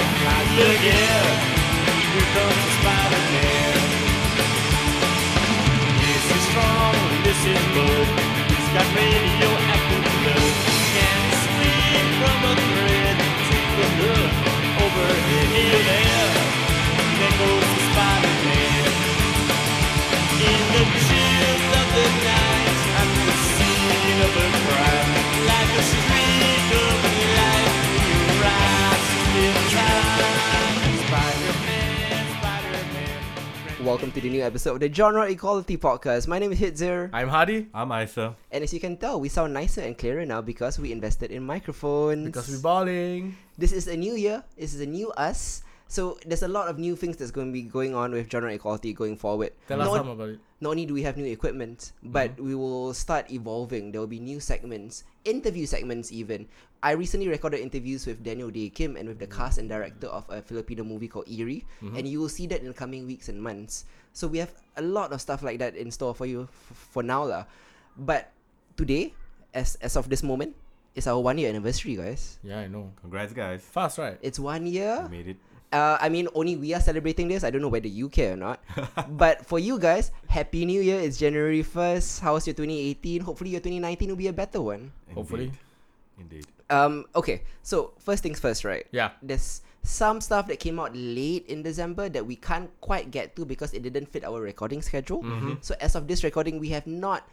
it again. Here comes the Spider Man. This is strong, this is bold. He's got radioactive blood. Can't sleep from a thread. Take the look over here. Here there. There goes the Spider Man. In the chills of the night, I'm the scene of a crime. Like a streak of light, you rise in time. Spider-Man, Spider-Man. Welcome to the new episode of the Genre Equality Podcast. My name is Hitzer, I'm Hadi I'm Isa. and as you can tell, we sound nicer and clearer now because we invested in microphones. because we're balling. this is a new year. This is a new us. So there's a lot of new things that's going to be going on with genre equality going forward. Tell us not, some about it. not only do we have new equipment, but we will start evolving. There will be new segments, interview segments even. I recently recorded interviews with Daniel Day Kim and with the cast and director of a Filipino movie called Eerie, and you will see that in the coming weeks and months. So we have a lot of stuff like that in store for you f- for now lah. But today, as as of this moment, is our one year anniversary, guys. Yeah, I know. Congrats, guys. Fast, right? It's one year. You made it. Uh, I mean, only we are celebrating this. I don't know whether you care or not. but for you guys, Happy New Year. It's January 1st. How's your 2018? Hopefully, your 2019 will be a better one. Hopefully. Indeed. Um, okay, so first things first, right? Yeah. There's some stuff that came out late in December that we can't quite get to because it didn't fit our recording schedule. So, as of this recording, we have not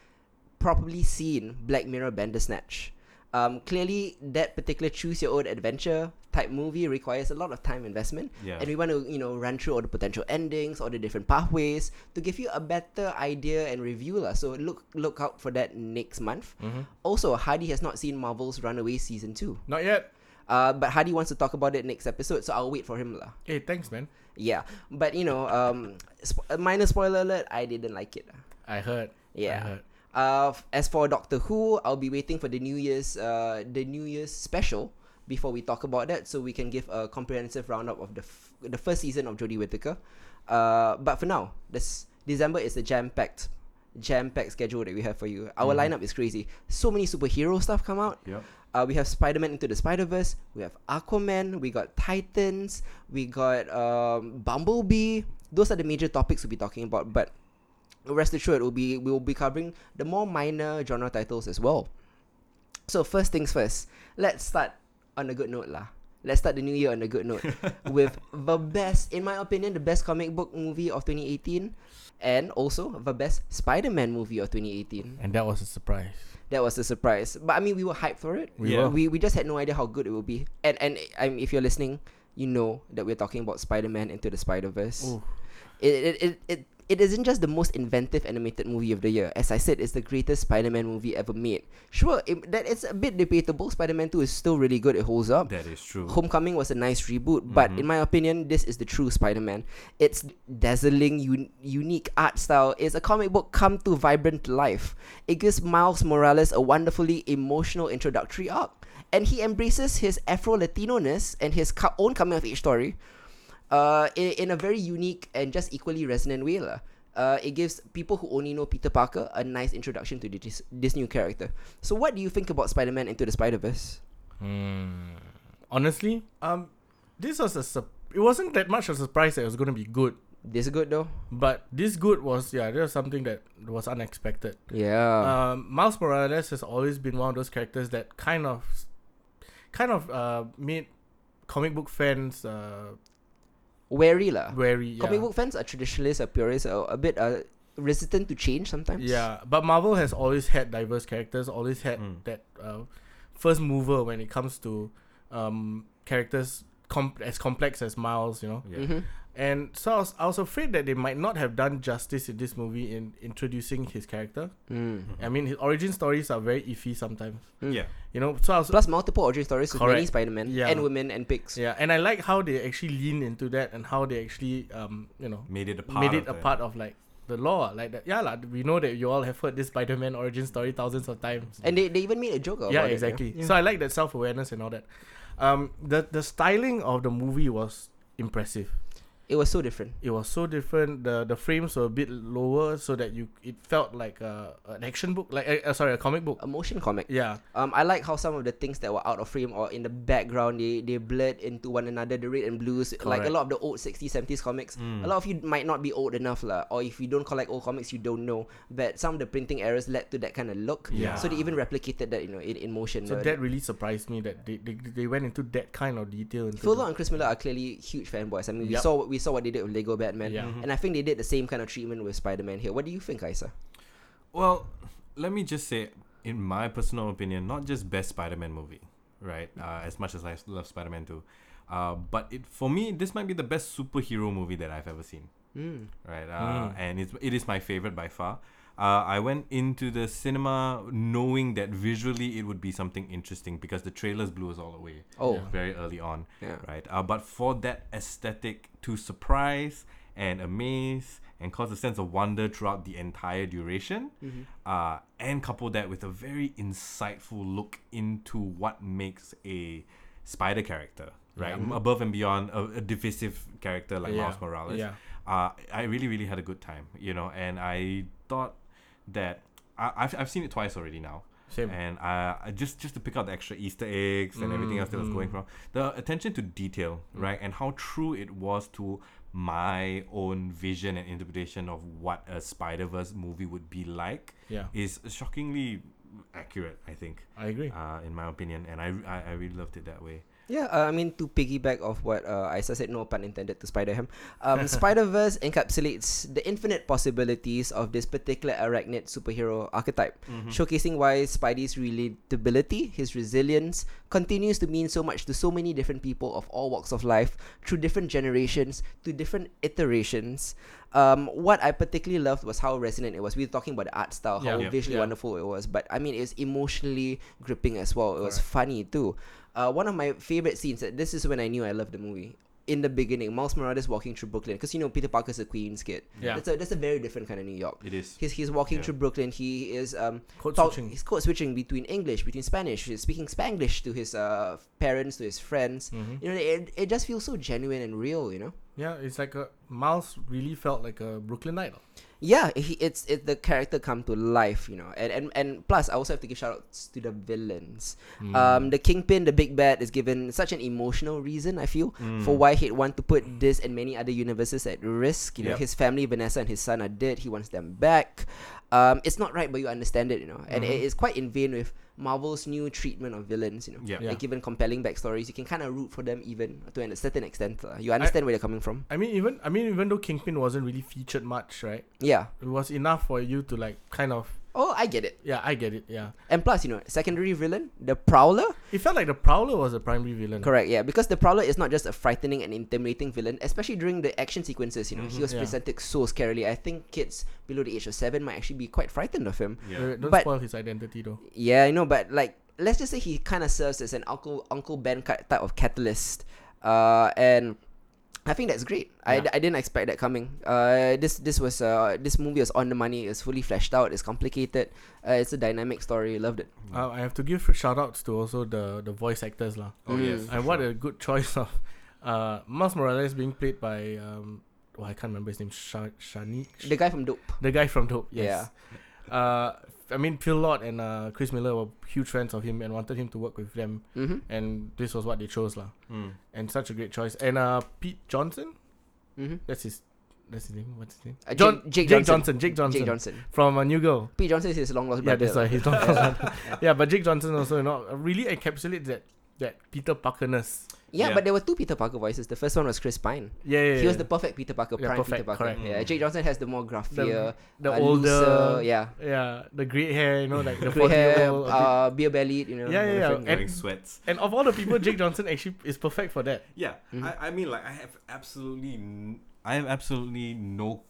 properly seen Black Mirror Bandersnatch. Um, clearly, that particular choose your own adventure type movie requires a lot of time investment, Yeah. and we want to you know run through all the potential endings, all the different pathways to give you a better idea and review lah. So look look out for that next month. Also, Hardy has not seen Marvel's Runaway season two, Not yet. uh, but Hardy wants to talk about it next episode, so I'll wait for him lah. Hey, thanks, man. Yeah, but you know, um, sp- minor spoiler alert, I didn't like it. lah. I heard. I Yeah. heard. Uh, f- as for Doctor Who, I'll be waiting for the New Year's uh, the New Year's special before we talk about that, so we can give a comprehensive roundup of the f- the first season of Jodie Whittaker. Uh, but for now, this December is a jam packed jam packed schedule that we have for you. Our Mm-hmm. lineup is crazy. So many superhero stuff come out. Yep. Uh, we have Spider Man into the Spider Verse. We have Aquaman. We got Titans. We got um, Bumblebee. Those are the major topics we'll be talking about. But rest assured, we'll be we will be covering the more minor genre titles as well. So first things first, let's start on a good note lah. Let's start the new year on a good note with the best, in my opinion, the best comic book movie of 2018, and also the best Spider-Man movie of 2018. And that was a surprise. That was a surprise. But I mean, we were hyped for it. We Yeah. were. We, we just had no idea how good it would be. And and I mean, if you're listening, you know that we're talking about Spider-Man into the Spider-Verse. Ooh. It, it, it, it, it isn't just the most inventive animated movie of the year. As I said, it's the greatest Spider-Man movie ever made. Sure, it, that it's a bit debatable. Spider-Man 2 is still really good. It holds up. That is true. Homecoming was a nice reboot, but in my opinion, this is the true Spider-Man. It's dazzling, un- unique art style. It's a comic book come to vibrant life. It gives Miles Morales a wonderfully emotional introductory arc, and he embraces his Afro-Latino-ness and his co- own coming-of-age story uh, in, in a very unique and just equally resonant way. lah. Uh, it gives people who only know Peter Parker a nice introduction to this, this new character. So, what do you think about Spider-Man into the Spider-Verse? Hmm. Honestly, um, this was a sup- It wasn't that much of a surprise that it was gonna be good, This good though. but this good was yeah, there was something that was unexpected. Yeah. um, Miles Morales has always been one of those characters that kind of, kind of uh, made comic book fans uh, Wary lah. wary. Yeah. Comic book fans are traditionalists, are purists, are a bit uh, resistant to change sometimes. Yeah, but Marvel has always had diverse characters, always had Mm. that uh, first mover when it comes to um, characters com- as complex as Miles, you know. Yeah. Mhm. And so I was, I was afraid that they might not have done justice in this movie in introducing his character. Mm. I mean, his origin stories are very iffy sometimes, Yeah. you know. So I was Plus multiple origin stories with many Correct. Spider-Man Yeah. and women and pigs. Yeah, and I like how they actually lean into that and how they actually, um, you know, Made it a part. made it a of the- part of like the law, like that. Yeah, like, we know that you all have heard this Spider-Man origin story thousands of times. And they, they even made a joke about yeah, it. exactly. So I like that self-awareness and all that. Um, the the styling of the movie was impressive. It It was so different. It was so different. the The frames were a bit lower, so that you it felt like a an action book, like uh, uh, sorry, a comic A book. motion comic. Yeah, Um, I like how some of the things that were out of frame or in the background they they blurred into one another. The red and blues, like a Correct. Mm. lot of the old 60s, 70s comics. A lot of you might not be old enough lah, or if you don't collect old comics, you don't know. But some of the printing errors led to that kind of look. Yeah. So they even replicated that, you know, in, in motion. so uh, that really surprised me that they, they, they went into that kind of detail. Into Fuller the- and Chris Miller are clearly huge fanboys. I mean, we Yup. saw what we saw what they did with Lego Batman, Yeah. Mhm. and I think they did the same kind of treatment with Spider Man here. What do you think, Isa? Well, let me just say, in my personal opinion, not just best Spider-Man movie, right? Uh, as much as I love Spider-Man too, uh, but it for me, this might be the best superhero movie that I've ever seen, Mm. right? Uh, And it's it is my favorite by far. Uh, I went into the cinema knowing that visually it would be something interesting because the trailers blew us all away Oh, very early on yeah. right? Uh, but for that aesthetic to surprise and amaze and cause a sense of wonder throughout the entire duration, Mm-hmm. uh, and couple that with a very insightful look into what makes a spider character, right? Above and beyond a, a divisive character like Yeah. Miles Morales Yeah. uh, I really, really had a good time, you know, and I thought that I, I've, I've seen it twice already now. Same. And uh, I, I just just to pick out the extra Easter eggs and everything else that was Mm-hmm. going from the attention to detail, Mm. right, and how true it was to my own vision and interpretation of what a Spider Verse movie would be like Yeah, is shockingly accurate. I think, I agree. uh, in my opinion, and I, I I really loved it that way. Yeah, uh, I mean to piggyback off what uh, Isa said, no pun intended to Spider Ham. Um, Spider Verse encapsulates the infinite possibilities of this particular arachnid superhero archetype, Mm-hmm. showcasing why Spidey's relatability, his resilience, continues to mean so much to so many different people of all walks of life through different generations, to different iterations. Um, what I particularly loved was how resonant it was. We were talking about the art style, how Yeah. Yep. visually Yeah. wonderful it was, but I mean, it was emotionally gripping as well. It was funny too. Uh, one of my favorite scenes. uh, This is when I knew I loved the movie. In the beginning, Miles Morales walking through Brooklyn because you know Peter Parker's a Queens kid. Yeah. that's a that's a very different kind of New York. It is. He's he's walking Yeah. through Brooklyn. He is um Code talk- switching. He's code switching between English, between Spanish. He's speaking Spanglish to his uh parents, to his friends. You know, it, it just feels so genuine and real. You know. Yeah, it's like a Miles really felt like a Brooklynite. Yeah, he, it's it the character come to life, you know, and and, and plus I also have to give shout outs to the villains. Hmm. Um, the kingpin, the big bad, is given such an emotional reason I feel Hmm. for why he'd want to put this and many other universes at risk. You know, Yep. his family, Vanessa and his son are dead. He wants them back. Um, it's not right, but you understand it, you know, and Mm-hmm. it is quite in vain with Marvel's new treatment of villains. You know, Yeah. Like Yeah. given compelling backstories, you can kind of root for them even to a certain extent. lah. you understand where they're coming from. I mean, even I mean, even though Kingpin wasn't really featured much, right? Yeah. It was enough for you to like kind of Oh, I get it. yeah, I get it. Yeah, And plus, you know, secondary villain, the Prowler. it felt like the Prowler was the primary villain. Correct, yeah, because the Prowler is not just a frightening and intimidating villain, especially during the action sequences. You know, he was Mm-hmm, yeah. presented so scarily. I think kids below the age of seven might actually be quite frightened of him. Wait, wait, don't But- spoil his identity though. Yeah, I know, but like, let's just say he kind of serves as an Uncle Uncle Ben ki- type of catalyst, uh, and I think that's great. I, Yeah. I didn't expect that coming. Uh, this this was uh this movie was on the money. It's fully fleshed out. It's complicated. Uh, it's a dynamic story. Loved it. Hmm. Uh, I have to give shout outs to also the the voice actors lah. Oh Mm. yes, for and what sure. a good choice of uh Miles Morales being played by um well, I can't remember his name Sha- Shani The guy from Dope. the guy from Dope yes yeah uh I mean Phil Lord and uh Chris Miller were huge fans of him and wanted him to work with them Mm-hmm. and this was what they chose lah Mm. and such a great choice and uh Pete Johnson Mm-hmm. that's his that's his name what's his name Uh, John Jake- Jake Johnson. Johnson Jake Johnson, Jake Johnson. from a New Girl Pete Johnson is his long lost yeah brother. that's why he's not yeah but Jake Johnson also you know really encapsulates that that Peter Parkerness Yeah, Yeah. but there were two Peter Parker voices. The first one was Chris Pine. yeah, yeah, He was yeah. the perfect Peter Parker, Yeah, prime Peter perfect, Parker. correct. Yeah, Jake Johnson has the more gruffier, the uh, older looser, yeah, Yeah, the grey hair, you know, like the gray forty hair, year old. uh, beer bellied, you know. Yeah, yeah, yeah. different- And- Wearing sweats. and of all the people, Jake Johnson actually is perfect for that. Yeah, Mm-hmm. I, I mean, like I have absolutely, n- I have absolutely no,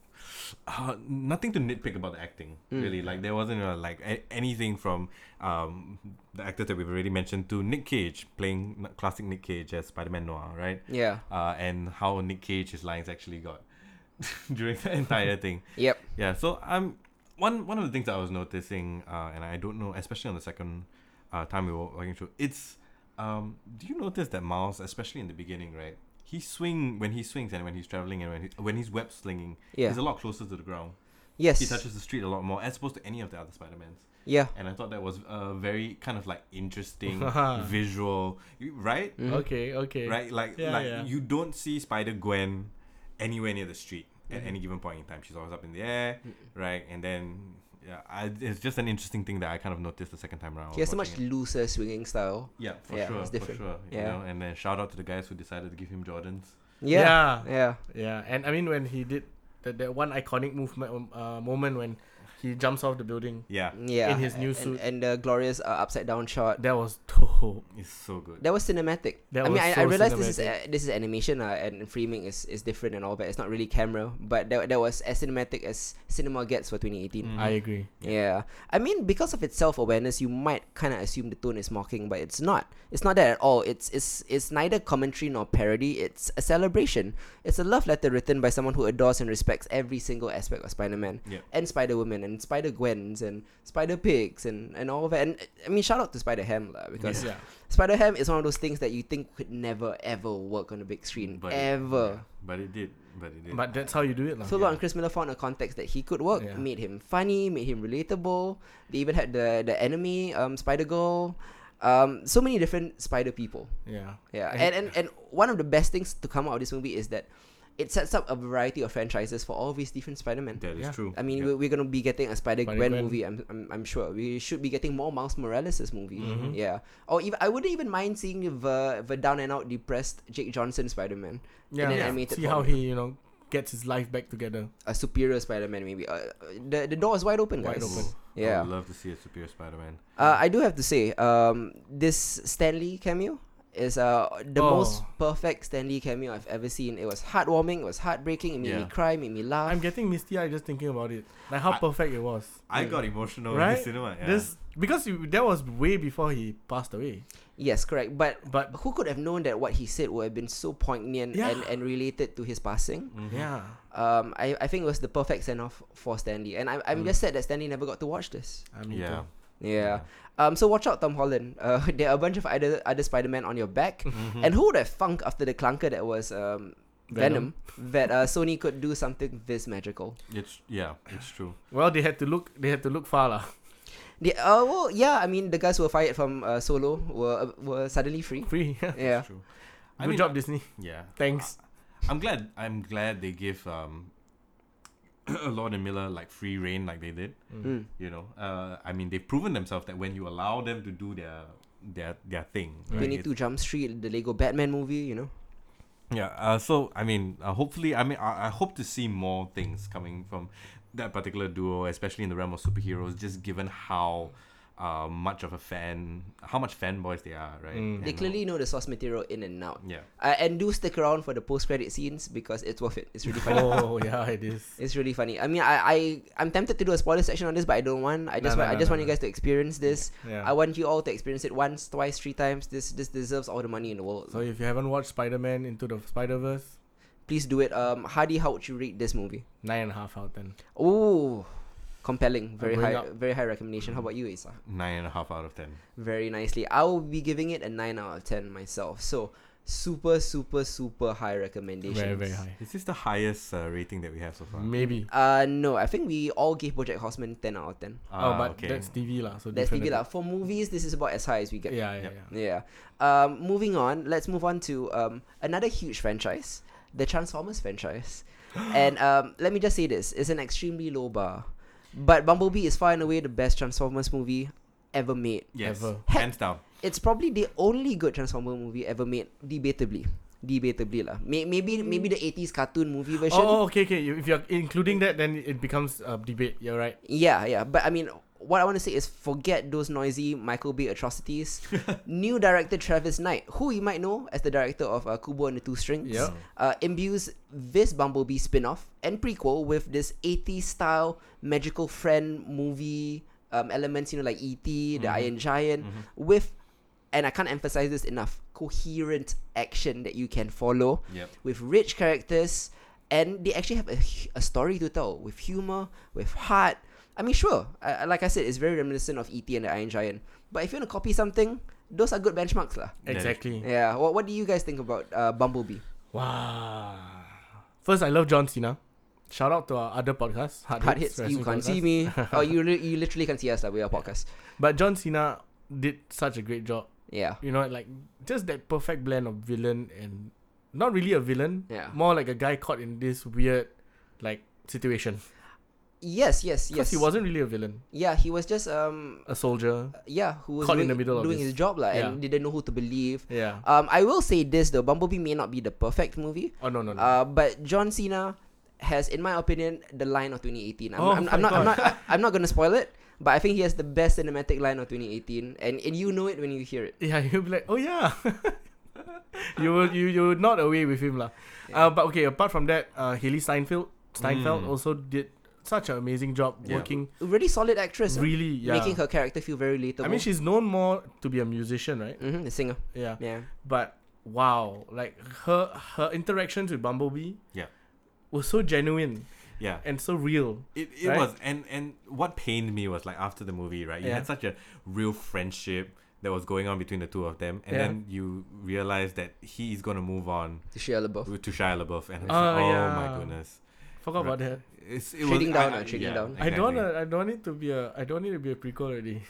uh, nothing to nitpick about the acting. Really, like there wasn't uh, like a- anything from um the actors that we've already mentioned to Nick Cage playing n- classic Nick Cage as Spider-Man Noir, right? yeah. Uh, and how Nick Cage's lines actually got during the entire thing. Yep. Yeah, so um, one one of the things that I was noticing, uh, and I don't know, especially on the second uh, time we were walking through, it's um, do you notice that Miles, especially in the beginning, right? he swing when he swings and when he's traveling and when he, when he's web slinging, Yeah. he's a lot closer to the ground. Yes. He touches the street a lot more as opposed to any of the other Spider Mans. Yeah. And I thought that was a very kind of like interesting Uh-huh. visual, right? Mhm. Okay, okay. Right? Like Yeah, like yeah. you don't see Spider Gwen anywhere near the street Mm-hmm. at any given point in time. She's always up in the air, right? And then yeah, I, it's just an interesting thing that I kind of noticed the second time around. He has a watching much it. looser swinging style. Yeah, for Yeah, sure, it's for different. sure. Yeah. You know, and then shout out to the guys who decided to give him Jordans. Yeah. Yeah. Yeah, and I mean when he did that, that one iconic movement um, uh, moment when he jumps off the building, Yeah, Yeah. In his new and, suit. And the glorious uh, upside down shot. that was dope. it's so good. That was cinematic. I That mean, was I, so I realized this is cinematic. uh, this is animation uh, and framing is, is different and all that. It's not really camera, but that, that was as cinematic as cinema gets for 2018. Mm. I agree. Yeah. I mean, because of its self awareness, you might kind of assume the tone is mocking, but it's not. It's not that at all. It's it's it's neither commentary nor parody. It's a celebration. It's a love letter written by someone who adores and respects every single aspect of Spider Man Yeah. and Spider Woman and Spider Gwens and Spider Pigs and and all of that. And I mean, shout out to Spider Ham lah because Yeah. Spider Ham is one of those things that you think could never ever work on a big screen But it- ever. yeah, but it did. But it did. But that's how you do it, lah. So long, Chris Miller found a context that he could work, Yeah. made him funny, made him relatable. They even had the the enemy, um, Spider Girl, um, so many different Spider people. Yeah. Yeah, I- and, and and one of the best things to come out of this movie is that it sets up a variety of franchises for all these different Spider Men. that is Yeah. true. I mean, Yeah. we're, we're gonna be getting a Spider Gwen Spider-Gwen. movie. I'm, I'm I'm sure we should be getting more Miles Morales' movie. Mm-hmm. Yeah, or even I wouldn't even mind seeing the the down and out depressed Jake Johnson Spider Man. Yeah. an yeah. animated See how form. he you know gets his life back together. a superior Spider-Man maybe. Uh, the the door is wide open, Wide guys. open. I Yeah. would love to see a superior Spider-Man. Uh, I do have to say, um, this Stanley cameo is uh the Oh. most perfect Stanley cameo I've ever seen. It was heartwarming. It was heartbreaking. It made me Yeah. cry. Made me laugh. I'm getting misty eyed just thinking about it. Like how I- perfect it was. Mm. I got emotional in Right? the cinema. Yeah. This because you, that was way before he passed away. yes, correct. But But who could have known that what he said would have been so poignant Yeah. and, and related to his passing? Mhm. yeah. Um, I, I think it was the perfect send off for Stanley, and I'm I'm just sad that Stanley never got to watch this. I mean, Yeah. Yeah. Um. So watch out, Tom Holland. Uh, there are a bunch of other other Spider Man on your back, Mm-hmm. and who would have thunk after the clunker that was um Venom, Venom. that uh, Sony could do something this magical? It's yeah, it's true. Well, they had to look. They had to look far, lah. The, uh, well, yeah. I mean, the guys who were fired from uh, Solo were were suddenly free. Free. Good Yeah. It's true. I mean, job, Disney. Yeah. Thanks. I'm glad. I'm glad they give um, Lord and Miller like free reign like they did. Mm. You know. Uh, I mean, they've proven themselves that when you allow them to do their their their thing. right, Twenty Two Jump Street, the Lego Batman movie. You know. Yeah. Uh, so I mean, uh, hopefully, I mean, I, I hope to see more things coming from that particular duo, especially in the realm of superheroes, just given how uh, much of a fan, how much fanboys they are, right? Mm. And They all- clearly know the source material in and out. Yeah. Uh, and do stick around for the post credit scenes because it's worth it. It's really funny. oh yeah, it is. It's really funny. I mean, I I I'm tempted to do a spoiler section on this, but I don't want. I No, just no, want, I no, just no, want you no. guys to experience this. Yeah. I want you all to experience it once, twice, three times. This this deserves all the money in the world. so if you haven't watched Spider Man Into the Spider Verse, Please do it. Um, Hardy, how would you rate this movie? nine and a half out of ten. Oh, compelling. Very going high. up. Very high recommendation. How about you, Isa? Nine and a half out of ten. Very nicely. I will be giving it a nine out of ten myself. So super super super high recommendation. Very very high. Is this the highest uh, rating that we have so far? Maybe. Uh no, I think we all gave Project Horseman ten out of ten. oh, Ah, but that's TV lah. So That's TV lah. different a For movies, this is about as high as we bit. get. Yeah, yeah, Yep. yeah. Yeah. Um, moving on, let's move on to um, another huge franchise, the Transformers franchise. and um, let me just say this it's an extremely low bar. But Bumblebee is far and away the best Transformers movie ever made. Yes, Ever. hands down. It's probably the only good Transformer movie ever made, debatably. Debatably lah. May- maybe maybe the 80s cartoon movie version. Oh, oh, okay, okay. You- If you're including that, then it becomes a debate. You're right. Yeah, yeah. But I mean, what I want to say is forget those noisy Michael Bay atrocities. New director Travis Knight, who you might know as the director of uh, Kubo and the Two Strings, Yeah. uh, imbues this Bumblebee spin off and prequel with this 80s style magical friend movie um, elements, you know, like E.T., The Iron Giant, with, and I can't emphasize this enough, coherent action that you can follow Yep. with rich characters, and they actually have a, hu- a story to tell with humor, with heart. I mean, sure, I, I- like I said, it's very reminiscent of E.T. and the Iron Giant. But if you want to copy something, those are good benchmarks, lah. That is- Exactly. Yeah. What What do you guys think about uh, Bumblebee? Wow. First, I love John Cena. Shout out to our other podcast, Hard, Hard hits, you Wrestling can't see me. Podcast. oh, you li- you literally can see us. That we are podcast. But John Cena did such a great job. Yeah, You know, like just that perfect blend of villain and not really a villain, yeah. more like a guy caught in this weird, like situation. Yes, yes, yes. Yes, he wasn't really a villain, Yeah, he was just um. a soldier. Yeah, who was Caught in doing, the middle of doing his this. job like, and Yeah. didn't know who to believe. Yeah. Um, I will say this though, Bumblebee may not be the perfect movie, Oh no no no. Uh, but John Cena has, in my opinion, the line of 2018. I'm, Oh I'm, I'm my not, I'm not, I'm not gonna spoil it, but I think he has the best cinematic line of 2018, and, and you know it when you hear it. yeah, you'll be like, oh yeah. you will you you will not away with him lah. Yeah. Uh, but okay, apart from that, uh, Haley Steinfeld Steinfeld Mm. also did such an amazing job Yeah. working A really solid actress, uh, really yeah. making her character feel very relatable. I mean, she's known more to be a musician, right? hmm the singer. Yeah. Yeah, But wow, like her her interactions with Bumblebee, Yeah. was so genuine Yeah. and so real. It, it Right? was and and what pained me was like after the movie, right? You Yeah. had such a real friendship that was going on between the two of them, and Yeah. then you realize that he is gonna move on to Shia LaBeouf. with- to Shia LaBeouf, and I was Oh, like, oh yeah. my goodness, Forgot Right. about that. it's it Trading was, I- down, I- uh, trading yeah, down. Exactly. I don't wanna, I don't need to be a I don't need to be a prequel already.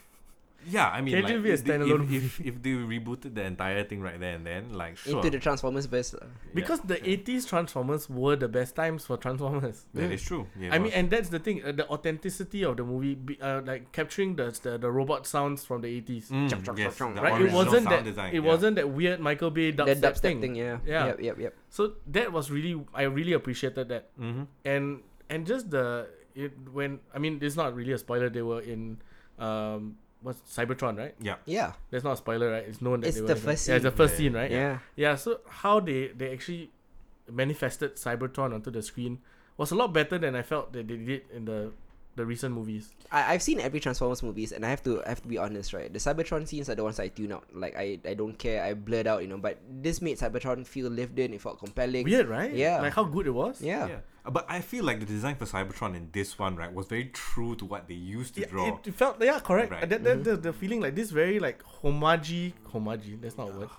Yeah, I mean, Can it like, just be a if they- standalone if, if, if they rebooted the entire thing right there and then, like, sure. Into the Transformers verse. uh, Yeah, Because the sure. '80s Transformers were the best times for Transformers. That is true. Yeah, it I mean, was. and that's the thing, uh, the authenticity of the movie, be, uh, like capturing the, the the robot sounds from the '80s. Mm, chop, chop, yes, chop, the chop. Right, it original wasn't that sound design, it yeah. wasn't that weird Michael Bay dubstep, that dubstep thing. thing. yeah. Yeah. Yep, yep, yep. So that was really I really appreciated that, Mhm. and and just the it, when I mean it's not really a spoiler. They were in um what's Cybertron, right? Yeah. Yeah, That's not a spoiler, right? It's known that It's they were the in it. first Yeah, it's the scene. first Yeah, scene, right? yeah. Yeah, so how they they actually manifested Cybertron onto the screen was a lot better than I felt that they did in the the recent movies. I, I've seen every Transformers movies, and I have to I have to be honest, right? The Cybertron scenes are the ones I tune out. Like I, I don't care. I blurred out, you know. But this made Cybertron feel lived in. It felt compelling. Weird, right? Yeah. like how good it was. Yeah. Yeah. Uh, But I feel like the design for Cybertron in this one, right, was very true to what they used to Yeah, draw. It, it felt yeah correct. Right. That, that, the, the feeling like this very like homage homage. That's not a word.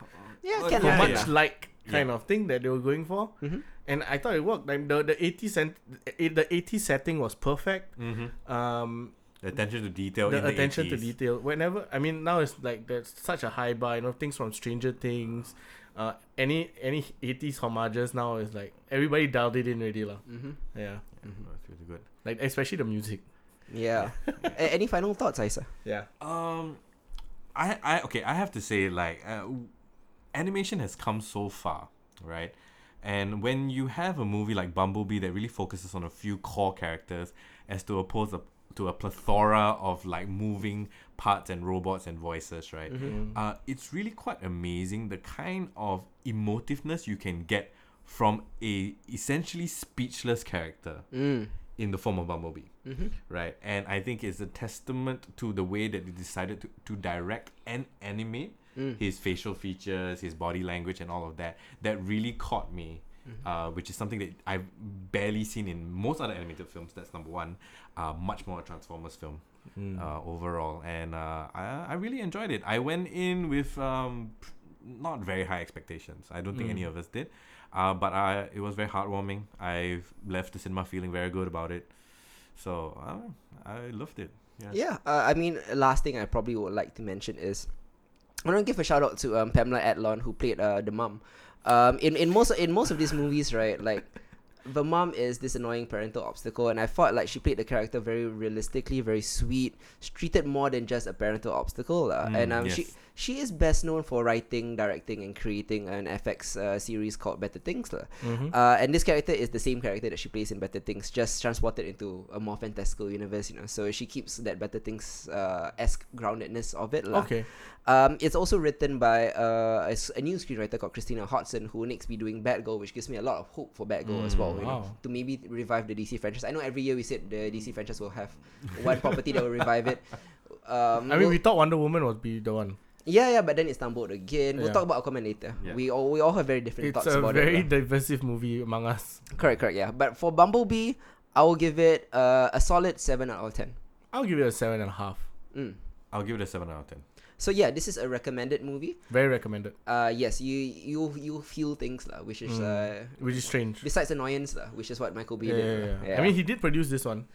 Yeah, Well, can Oh, yeah, happen. yeah. Homage like kind Yeah. of thing that they were going for, Mhm. and I thought it worked. Like the the eighty cent it, the eighty setting was perfect. hmm Um, The attention to detail. in the attention to 80s. detail. Whenever I mean now it's like there's such a high bar, you know, things from Stranger Things, uh, any any eighties homages now is like everybody dialed it in already lah. Mm-hmm. Yeah. Yeah, no, it's really good. Like especially the music. Yeah. A- any final thoughts, Isa? Yeah. Um, I I okay. I have to say, like, uh, w- animation has come so far, right? And when you have a movie like Bumblebee that really focuses on a few core characters, as to oppose a, to a plethora of like moving parts and robots and voices, right? Uh, it's really quite amazing the kind of emotiveness you can get from a essentially speechless character Mm. in the form of Bumblebee, Mhm. right? And I think it's a testament to the way that they decided to, to direct and animate Mm. his facial features, his body language, and all of that. That really caught me, uh, which is something that I've barely seen in most other animated films. That's number one. Uh, much more a Transformers film Mm. uh, overall, and uh, I, I really enjoyed it. I went in with um, p- not very high expectations. I don't think any Mm. of us did, uh, but I, it was very heartwarming. I left the cinema feeling very good about it, so uh, I loved it. Yeah. Yeah. Uh, I mean, last thing I probably would like to mention is, I want to give a shout out to um, Pamela Adlon who played uh, the mom. Um, in in most in most of these movies, right? Like, the mom is this annoying parental obstacle, and I felt like she played the character very realistically, very sweet. She treated more than just a parental obstacle, uh, Mm, and um, she yes. she is best known for writing, directing, and creating an FX uh, series called Better Things, lah. Mhm. Uh, and this character is the same character that she plays in Better Things, just transported into a more fantastical universe, you know. So she keeps that Better Things uh, esque groundedness of it. lah. Okay. Um, it's also written by uh, a, s- a new screenwriter called Christina Hodson, who will next be doing Bad Girl, which gives me a lot of hope for Bad Girl as well, you Mm, know, wow. to maybe revive the DC franchise. I know every year we said the DC franchise will have one property that will revive it. Um, I mean, we'll- we thought Wonder Woman would be the one. yeah, yeah, but then it's stumbled again. We'll Yeah. talk about Aquaman later. Yeah. We all we all have very different It's thoughts a about it. very lah. divisive movie among us. Correct, correct, yeah. But for Bumblebee, I will give it uh, a solid 7 out of 10. I'll give it a seven and a half. Mm. I'll give it a seven out of ten. So yeah, this is a recommended movie. Very recommended. Uh, yes, you you you feel things lah, which is Mm. uh, Which is strange. besides annoyance lah, which is what Michael B yeah, did. yeah, lah. yeah. I mean, he did produce this one.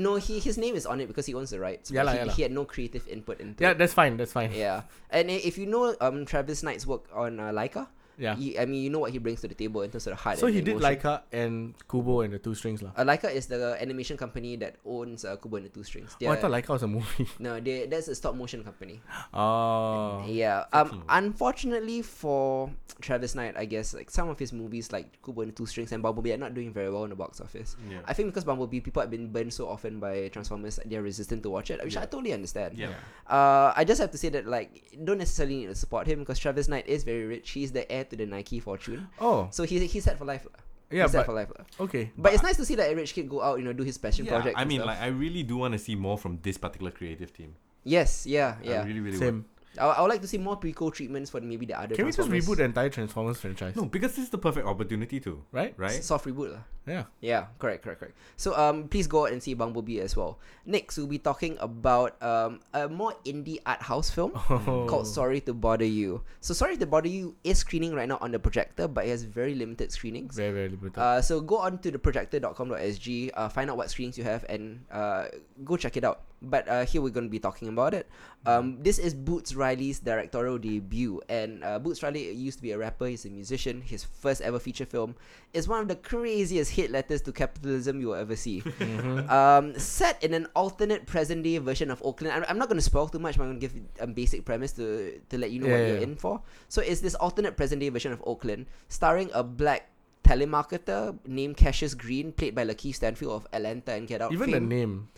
no, he his name is on it because he owns the rights. Yeah but lah, he, yeah lah. he had no creative input into Yeah, it. that's fine. That's fine. yeah, and i- if you know um Travis Knight's work on uh, Laika, Yeah. you- I mean you know what he brings to the table in terms of the heart. and So he the did emotion. Laika and Kubo and the Two Strings lah. Uh, Laika is the animation company that owns uh, Kubo and the Two Strings. Oh, I They're- thought Laika was a movie. no, they, that's a stop motion company. Oh. Yeah. Um. Unfortunately for Travis Knight, I guess like some of his movies, like Kubo and the Two Strings and Bumblebee, are not doing very well in the box office. Yeah. I think because Bumblebee, people have been burned so often by Transformers, that they're resistant to watch it, which I totally understand. Yeah. Uh, I just have to say that like don't necessarily need to support him because Travis Knight is very rich. He's the heir to the Nike fortune, Oh. so he he's set for life. lah. Yeah, he's set but for life. lah. okay. But it's nice to see that a rich kid go out, you know, do his passion Yeah, project. I and mean, stuff. like, I really do want to see more from this particular creative team. yes, yeah, yeah. I really, really want. Same. I, I would like to see more prequel treatments for maybe the other. Can we just Transformers. reboot the entire Transformers franchise? No, because this is the perfect opportunity to, Right? right? soft reboot lah? Yeah. Yeah, correct, correct, correct. So um, please go out and see Bumblebee as well. Next, we'll be talking about um a more indie art house film Oh. called Sorry to Bother You. So Sorry to Bother You is screening right now on the projector, but it has very limited screenings. Very, very limited. Uh, so go on to the projector.com.sg, uh, find out what screens you have, and uh, go check it out. But uh, here we're going to be talking about it. Um, this is Boots Riley's directorial debut, and uh, Boots Riley used to be a rapper. He's a musician. His first ever feature film is one of the craziest hate letters to capitalism you will ever see. Mm-hmm. um, set in an alternate present day version of Oakland. I'm, I'm not going to spoil too much. But I'm going to give a basic premise to to let you know Yeah, what yeah, you're yeah. in for. So it's this alternate present day version of Oakland, starring a black telemarketer named Cassius Green, played by Lakeith Stanfield of Atlanta and Get Out. Even the fame. name.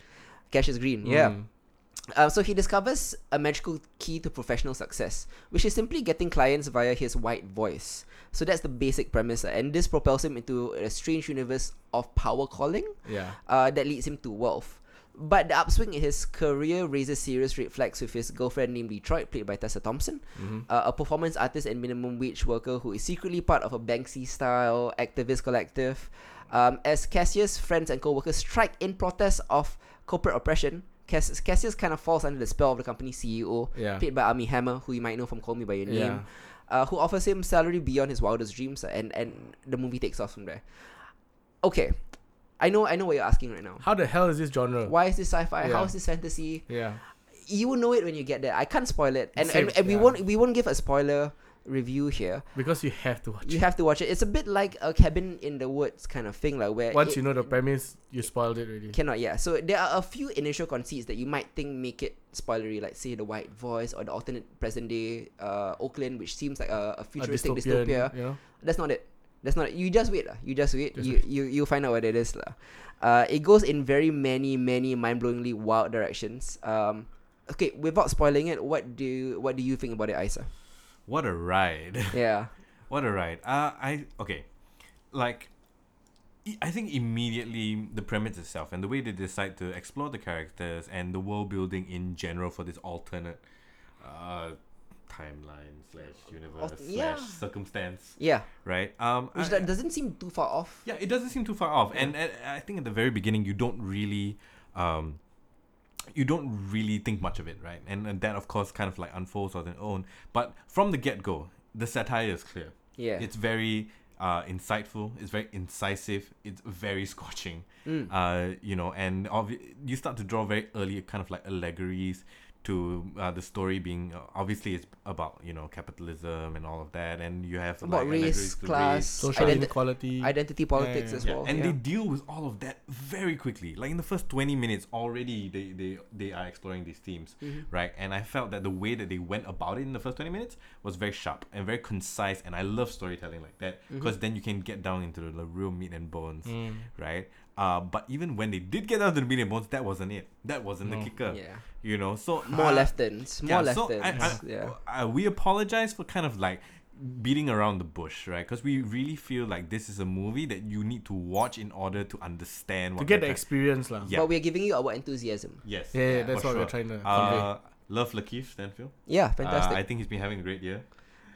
Cassius Green, yeah. Mm. Uh, so he discovers a magical key to professional success, which is simply getting clients via his white voice. So that's the basic premise, uh, and this propels him into a strange universe of power calling Yeah. uh, that leads him to wealth. But the upswing in his career raises serious red flags with his girlfriend named Detroit, played by Tessa Thompson, Mm-hmm. uh, a performance artist and minimum wage worker who is secretly part of a Banksy style activist collective. Um, as Cassius' friends and co workers strike in protest of corporate oppression, Cass- Cassius kind of falls under the spell of the company's CEO, Yeah. played by Army Hammer, who you might know from Call Me By Your Name, Yeah. uh, who offers him salary beyond his wildest dreams, and, and the movie takes off from there. Okay, I know, I know what you're asking right now. How the hell is this genre? Why is this sci-fi? How Yeah. is this fantasy? Yeah. You will know it when you get there. I can't spoil it, and Same, and, and we yeah. won't we won't give a spoiler review here. Because you have to watch You it. have to watch it. It's a bit like a cabin in the woods kind of thing, like where Once it you know the premise, you spoiled it already. cannot. Yeah. So there are a few initial conceits that you might think make it spoilery, like say the white voice or the alternate present day uh, Oakland, which seems like a, a A futuristic dystopia. You know? That's not it. That's not it. You just wait lah. You just wait. Just you, you you find out what it is lah. Uh, it goes in very many many mind blowingly wild directions. Um, okay, without spoiling it, what do you, what do you think about it, Isa? What a ride. Yeah, What a ride. Uh, I okay, like, i- I think immediately the premise itself and the way they decide to explore the characters and the world building in general for this alternate, uh, timeline slash universe slash yeah. circumstance, yeah. right? Um, Which I- that doesn't seem too far off. yeah, it doesn't seem too far off, and, and I think at the very beginning you don't really, um, you don't really think much of it, right? And, and that of course kind of like unfolds on its own. But from the get go, the satire is clear. Yeah. it's very uh, insightful. It's very incisive. It's very scorching. Mm. Uh, you know, and obvi- you start to draw very early kind of like allegories to uh, the story being uh, obviously it's about you know capitalism and all of that, and you have About like, race, allegories to class, Social Identi- inequality. identity politics yeah, as yeah, well. and yeah. they deal with all of that very quickly. Like in the first twenty minutes already, they they, they are exploring these themes, Mm-hmm. right? And I felt that the way that they went about it in the first twenty minutes was very sharp and very concise, and I love storytelling like that Mm-hmm. because then you can get down into the, the real meat and bones, Mm. right? Uh, but even when they did get down to the meat and bones, that wasn't it. That wasn't the kicker. Yeah. You know, so more uh, left ends. More left so I- ends. I- yeah. I- we apologize for kind of like beating around the bush, right? Because we really feel like this is a movie that you need to watch in order to understand what to get the we're trying- experience lah. Yeah. But we are giving you our enthusiasm. Yes. Yeah, yeah, for that's what we're trying to Uh, love Lakeith Stanfield. Yeah, Uh, fantastic. I think he's been having a great year.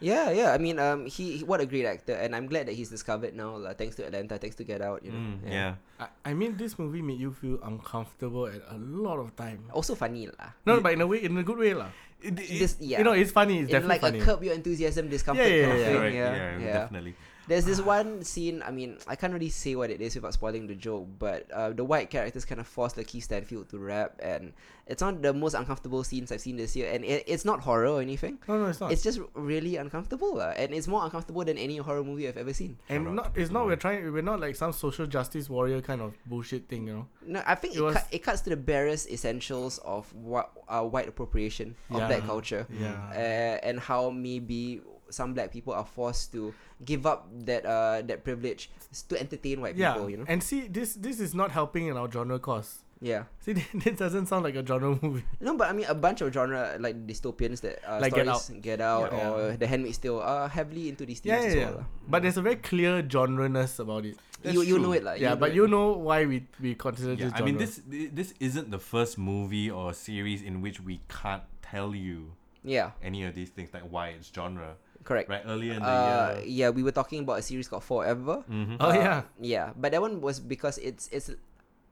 Yeah, yeah. I mean, um, he, he- what a great actor, and I'm glad that he's discovered now. lah. thanks to Atlanta, thanks to Get Out. You know, Mm, yeah. I, I mean, this movie made you feel uncomfortable at a lot of time. Also funny lah. No, but in a way, in a good way, lah. It- it- This yeah. You know, it's funny. It's in like definitely funny. a curb your enthusiasm discomfort Yeah, yeah, kind of yeah, thing. correct, yeah, yeah, yeah. definitely. There's this one scene. I mean, I can't really say what it is without spoiling the joke, but uh, the white characters kind of force Lakeith Stanfield to rap, and it's one of the most uncomfortable scenes I've seen this year. And it, it's not horror or anything. no, no, it's not. It's just really uncomfortable, lah, and it's more uncomfortable than any horror movie I've ever seen. Shout out and not, to it's not. everyone. We're trying. We're not like some social justice warrior kind of bullshit thing, you know. No, I think it, It was- cut, it cuts to the barest essentials of what uh, white appropriation of Yeah. that culture, uh, Yeah. and how maybe some black people are forced to give up that uh, that privilege to entertain white yeah. people. You know, And see, this this is not helping in our genre cause. yeah. See, this doesn't sound like a genre movie. No, but I mean a bunch of genre like dystopians that uh, Like Get stories Get Out, Yeah. or The Handmaid's Tale are heavily into these themes Yeah, as yeah, yeah. well. lah. But there's a very clear genre-ness about it. That's you you true. know it like yeah, but you know why we we consider Yeah, this I genre. mean, this this isn't the first movie or series in which we can't tell you yeah any of these things, like why it's genre, correct right? Earlier in the uh, year, yeah we were talking about a series called Forever Mhm. Oh Uh, yeah. yeah but that one was because it's it's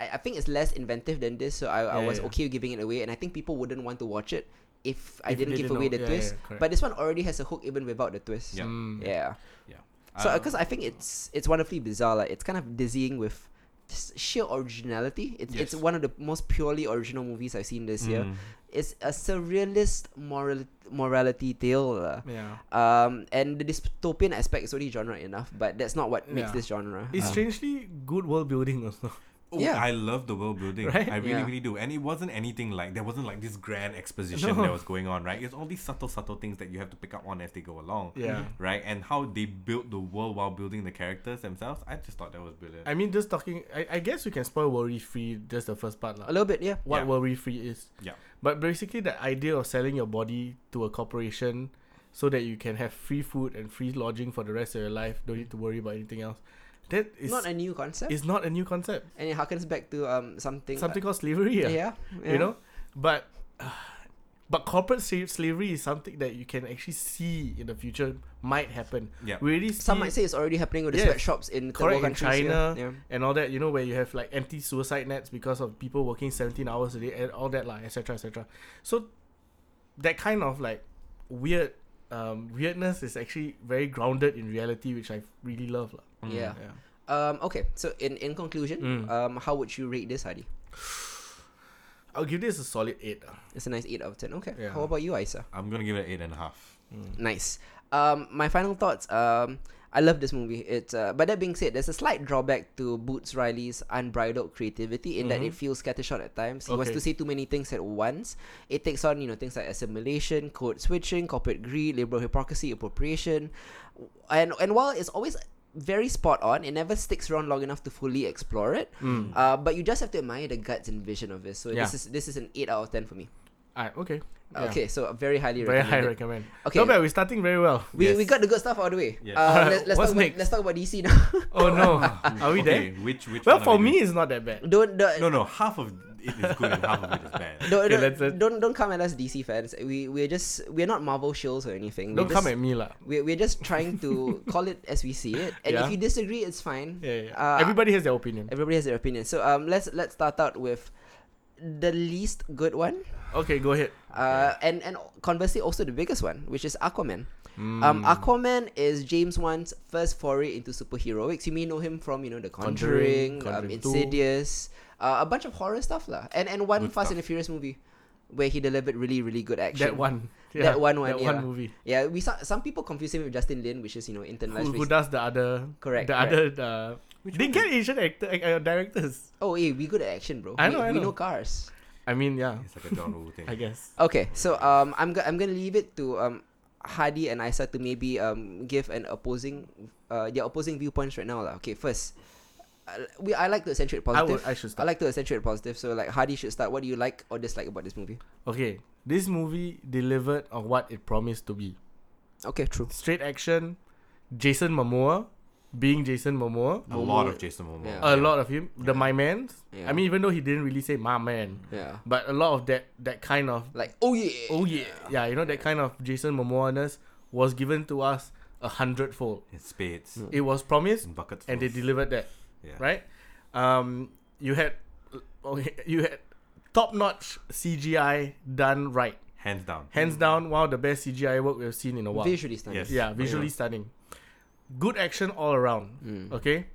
I, I think it's less inventive than this so I, I Yeah, was yeah. okay giving it away and I think people wouldn't want to watch it if I If you didn't give didn't away the know. Yeah, twist yeah, correct. but this one already has a hook even without the twist Yeah. Mm. Um, yeah Uh, so because I think it's it's wonderfully bizarre like it's kind of dizzying with just sheer originality it's, it's Yes. one of the most purely original movies I've seen this year mm, it's a surrealist moral morality tale lah. Yeah. Um, and the dystopian aspect is already genre enough, but that's not what makes Yeah. this genre. It's Uh, strangely good world building also. Oh, Yeah. I love the world building. Right? I really, Yeah. really do. And it wasn't anything like there wasn't like this grand exposition No. that was going on, right? It's all these subtle, subtle things that you have to pick up on as they go along. Yeah. Mm-hmm. Right? And how they built the world while building the characters themselves. I just thought that was brilliant. I mean, just talking. I, I guess we can spoil worry free. Just the first part, a lah. little bit, yeah. What Yeah. worry free is. Yeah. But basically, the idea of selling your body to a corporation so that you can have free food and free lodging for the rest of your life, don't need to worry about anything else. That is not a new concept, is not a new concept. and it harkens back to um something. Something called slavery. yeah, Yeah. yeah, You know, but. but corporate sla- slavery is something that you can actually see in the future might happen. Yeah. We already see Some might say it's already happening with the Yes. sweatshops in third world Correct, in countries. yeah, China. yeah. and all that, you know, where you have like empty suicide nets because of people working 17 hours a day and all that, like, etc., etc. So, that kind of like weird um, weirdness is actually very grounded in reality, which I really love. lah. Mm. yeah. Yeah. Um. Okay. So in in conclusion, Mm. um, how would you rate this, Hadi? I'll give this a solid 8. lah. It's a nice eight out of ten. Okay. Yeah. How about you, Isa? I'm gonna give it eight and a half. Nice. Um, my final thoughts. Um, I love this movie. It's uh, but that being said, there's a slight drawback to Boots Riley's unbridled creativity in that it feels scattershot at times. He wants to Mm-hmm. Okay. say too many things at once. It takes on you know things like assimilation, code switching, corporate greed, liberal hypocrisy, appropriation, and and while it's always very spot on, it never sticks around long enough to fully explore it. Uh, but you just have to admire the guts and vision of this. So Mm. Yeah. this is this is an eight out of ten for me. All right, okay. Yeah. Okay, so very highly Very high recommended. recommend. Okay. Not bad, we're starting very well. We, Yes. we got the good stuff out of the way. Yes. Uh, Alright, let, us talk what's about, next? let's talk about DC now. Oh no. Are we okay, there? Which which Well, one are for we me, doing? it's not that bad. don't don't, No no, half of it is good and half of it is bad. don't, Okay, don't, let's- let's- don't don't come at us DC fans. We we're just we're not Marvel shills or anything. Don't we're come just, at me. lah. We're, we're just trying to call it as we see it. And Yeah. if you disagree, it's fine. Yeah, yeah, yeah. Uh, Everybody has their opinion. everybody has their opinion. So um let's let's start out with the least good one. Okay, go ahead. Uh, and and conversely also the biggest one, which is Aquaman. Hmm. Um, Aquaman is James Wan's first foray into superheroics. You may know him from you know The Conjuring, Conjuring, um, Conjuring Insidious, uh, a bunch of horror stuff lah, and and one Good Fast stuff. and the Furious movie, where he delivered really really good action. That one. Yeah, That one, one, That yeah. one movie. Yeah, we saw, some people confuse him with Justin Lin, which is you know intern life. Who, who does the other? Correct, The correct. other. Uh, Which they one get Asian actor, uh, directors. Oh, hey, we good at action, bro. I we, know, I we know know. cars. I mean, yeah, It's like a John Woo thing. I guess. Okay, so um, I'm go- I'm gonna leave it to um, Hadi and Isa to maybe um give an opposing, uh, their opposing viewpoints right now lah. Okay, first, uh, we I like to accentuate I positive. would. I I should start. like to accentuate positive. So like Hardy should start. What do you like or dislike about this movie? okay, this movie delivered on what it promised to be. Okay, true. Straight action, Jason Momoa, being Jason Momoa, A lot of Jason Momoa. Oh, Yeah. a lot of him, the my man's. Yeah. I mean, even though he didn't really say my man, Yeah. but a lot of that that kind of Like oh yeah. oh yeah, yeah, you know that kind of Jason Momoa ness was given to us a hundredfold. in spades, It was promised, in buckets, Mm. and they full. delivered that. Yeah. right? Um, you had okay, you had top notch CGI done right, hands down. hands down one of the best CGI work we've seen in a while. Visually stunning. Yes. yeah, visually stunning. Good action all around. Okay.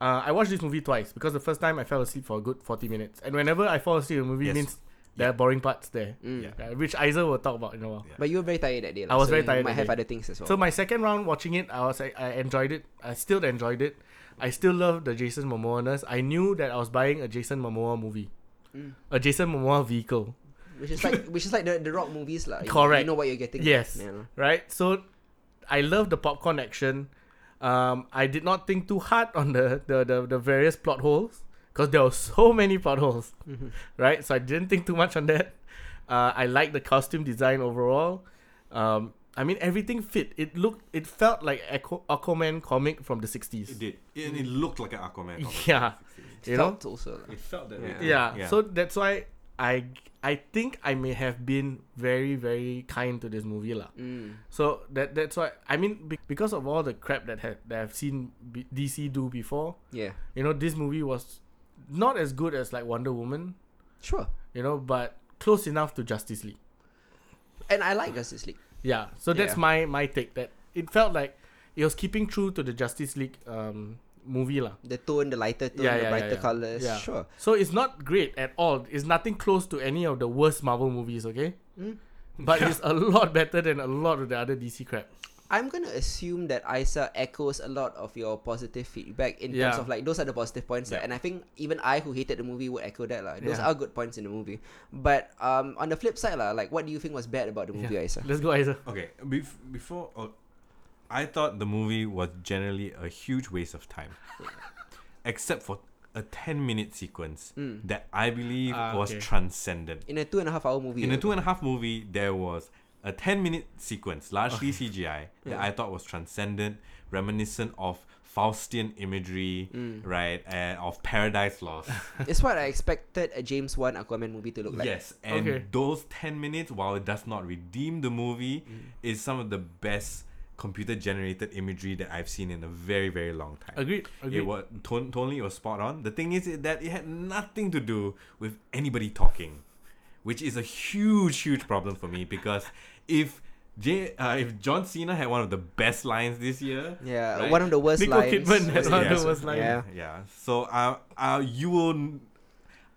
Uh, I watched this movie twice because the first time I fell asleep for a good 40 minutes. And whenever I fall asleep in a movie, Yes. means there are boring parts there, Yeah. uh, which Isa will talk about in a while. Yeah. Mm. But you were very tired that day. lah, I was so very you tired Might that have day. other things as well. So my second round watching it, I was I, I enjoyed it. I still enjoyed it. I still love the Jason Momoa-ness. I knew that I was buying a Jason Momoa movie, a Jason Momoa vehicle, which is like which is like the, the rock movies like. Correct. You know what you're getting. Yes. You know. right? So, I love the popcorn action. Um, I did not think too hard on the the, the, the various plot holes because there were so many plot holes, Mm-hmm. right? So I didn't think too much on that. Uh, I like the costume design overall. Um, I mean everything fit. It looked, it felt like Aqu- Aquaman comic from the sixties. It did, and it looked like an Mm. Aquaman. comic. Yeah. You know? Felt also. lah. It felt that Yeah. way. Yeah. So that's why I I think I may have been very very kind to this movie lah. Mm. So that that's why I mean be- because of all the crap that have that I've seen B- DC do before, Yeah. you know, this movie was not as good as like Wonder Woman, Sure. you know, but close enough to Justice League. And I like Justice League. Yeah. So that's Yeah. my my take that it felt like it was keeping true to the Justice League um movie lah. The tone, the lighter tone, the Yeah, yeah, yeah, brighter yeah. colors. Yeah. Sure. So it's not great at all. It's nothing close to any of the worst Marvel movies, okay? Mm. But it's a lot better than a lot of the other DC crap. I'm gonna assume that Isa echoes a lot of your positive feedback in terms Yeah. of like those are the positive points, Yeah. there. and I think even I who hated the movie would echo that lah. Those Yeah. are good points in the movie, but um, on the flip side lah, like what do you think was bad about the movie, Isa? Let's go, Isa. Okay, bef- before uh, I thought the movie was generally a huge waste of time, except for a ten-minute sequence that I believe Hmm. Ah, was okay. transcendent. In a two and a half hour movie, In a right? two and a half movie, there was a ten-minute sequence, largely CGI, that I thought was transcendent, reminiscent of Faustian imagery, Hmm. right, and of Paradise Lost. it's what I expected a James Wan Aquaman movie to look like. yes, and Okay. those 10 minutes, while it does not redeem the movie, Mm. is some of the best computer generated imagery that I've seen in a very, very long time. Agreed. Agreed. It was ton- totally it was spot on. The thing is that it had nothing to do with anybody talking, which is a huge, huge problem for me because if J- uh, if John Cena had one of the best lines this year, Yeah, right? one of the worst Nicole lines. Kidman was had in one of the this worst one. lines. Yeah. yeah. So uh, uh, you will,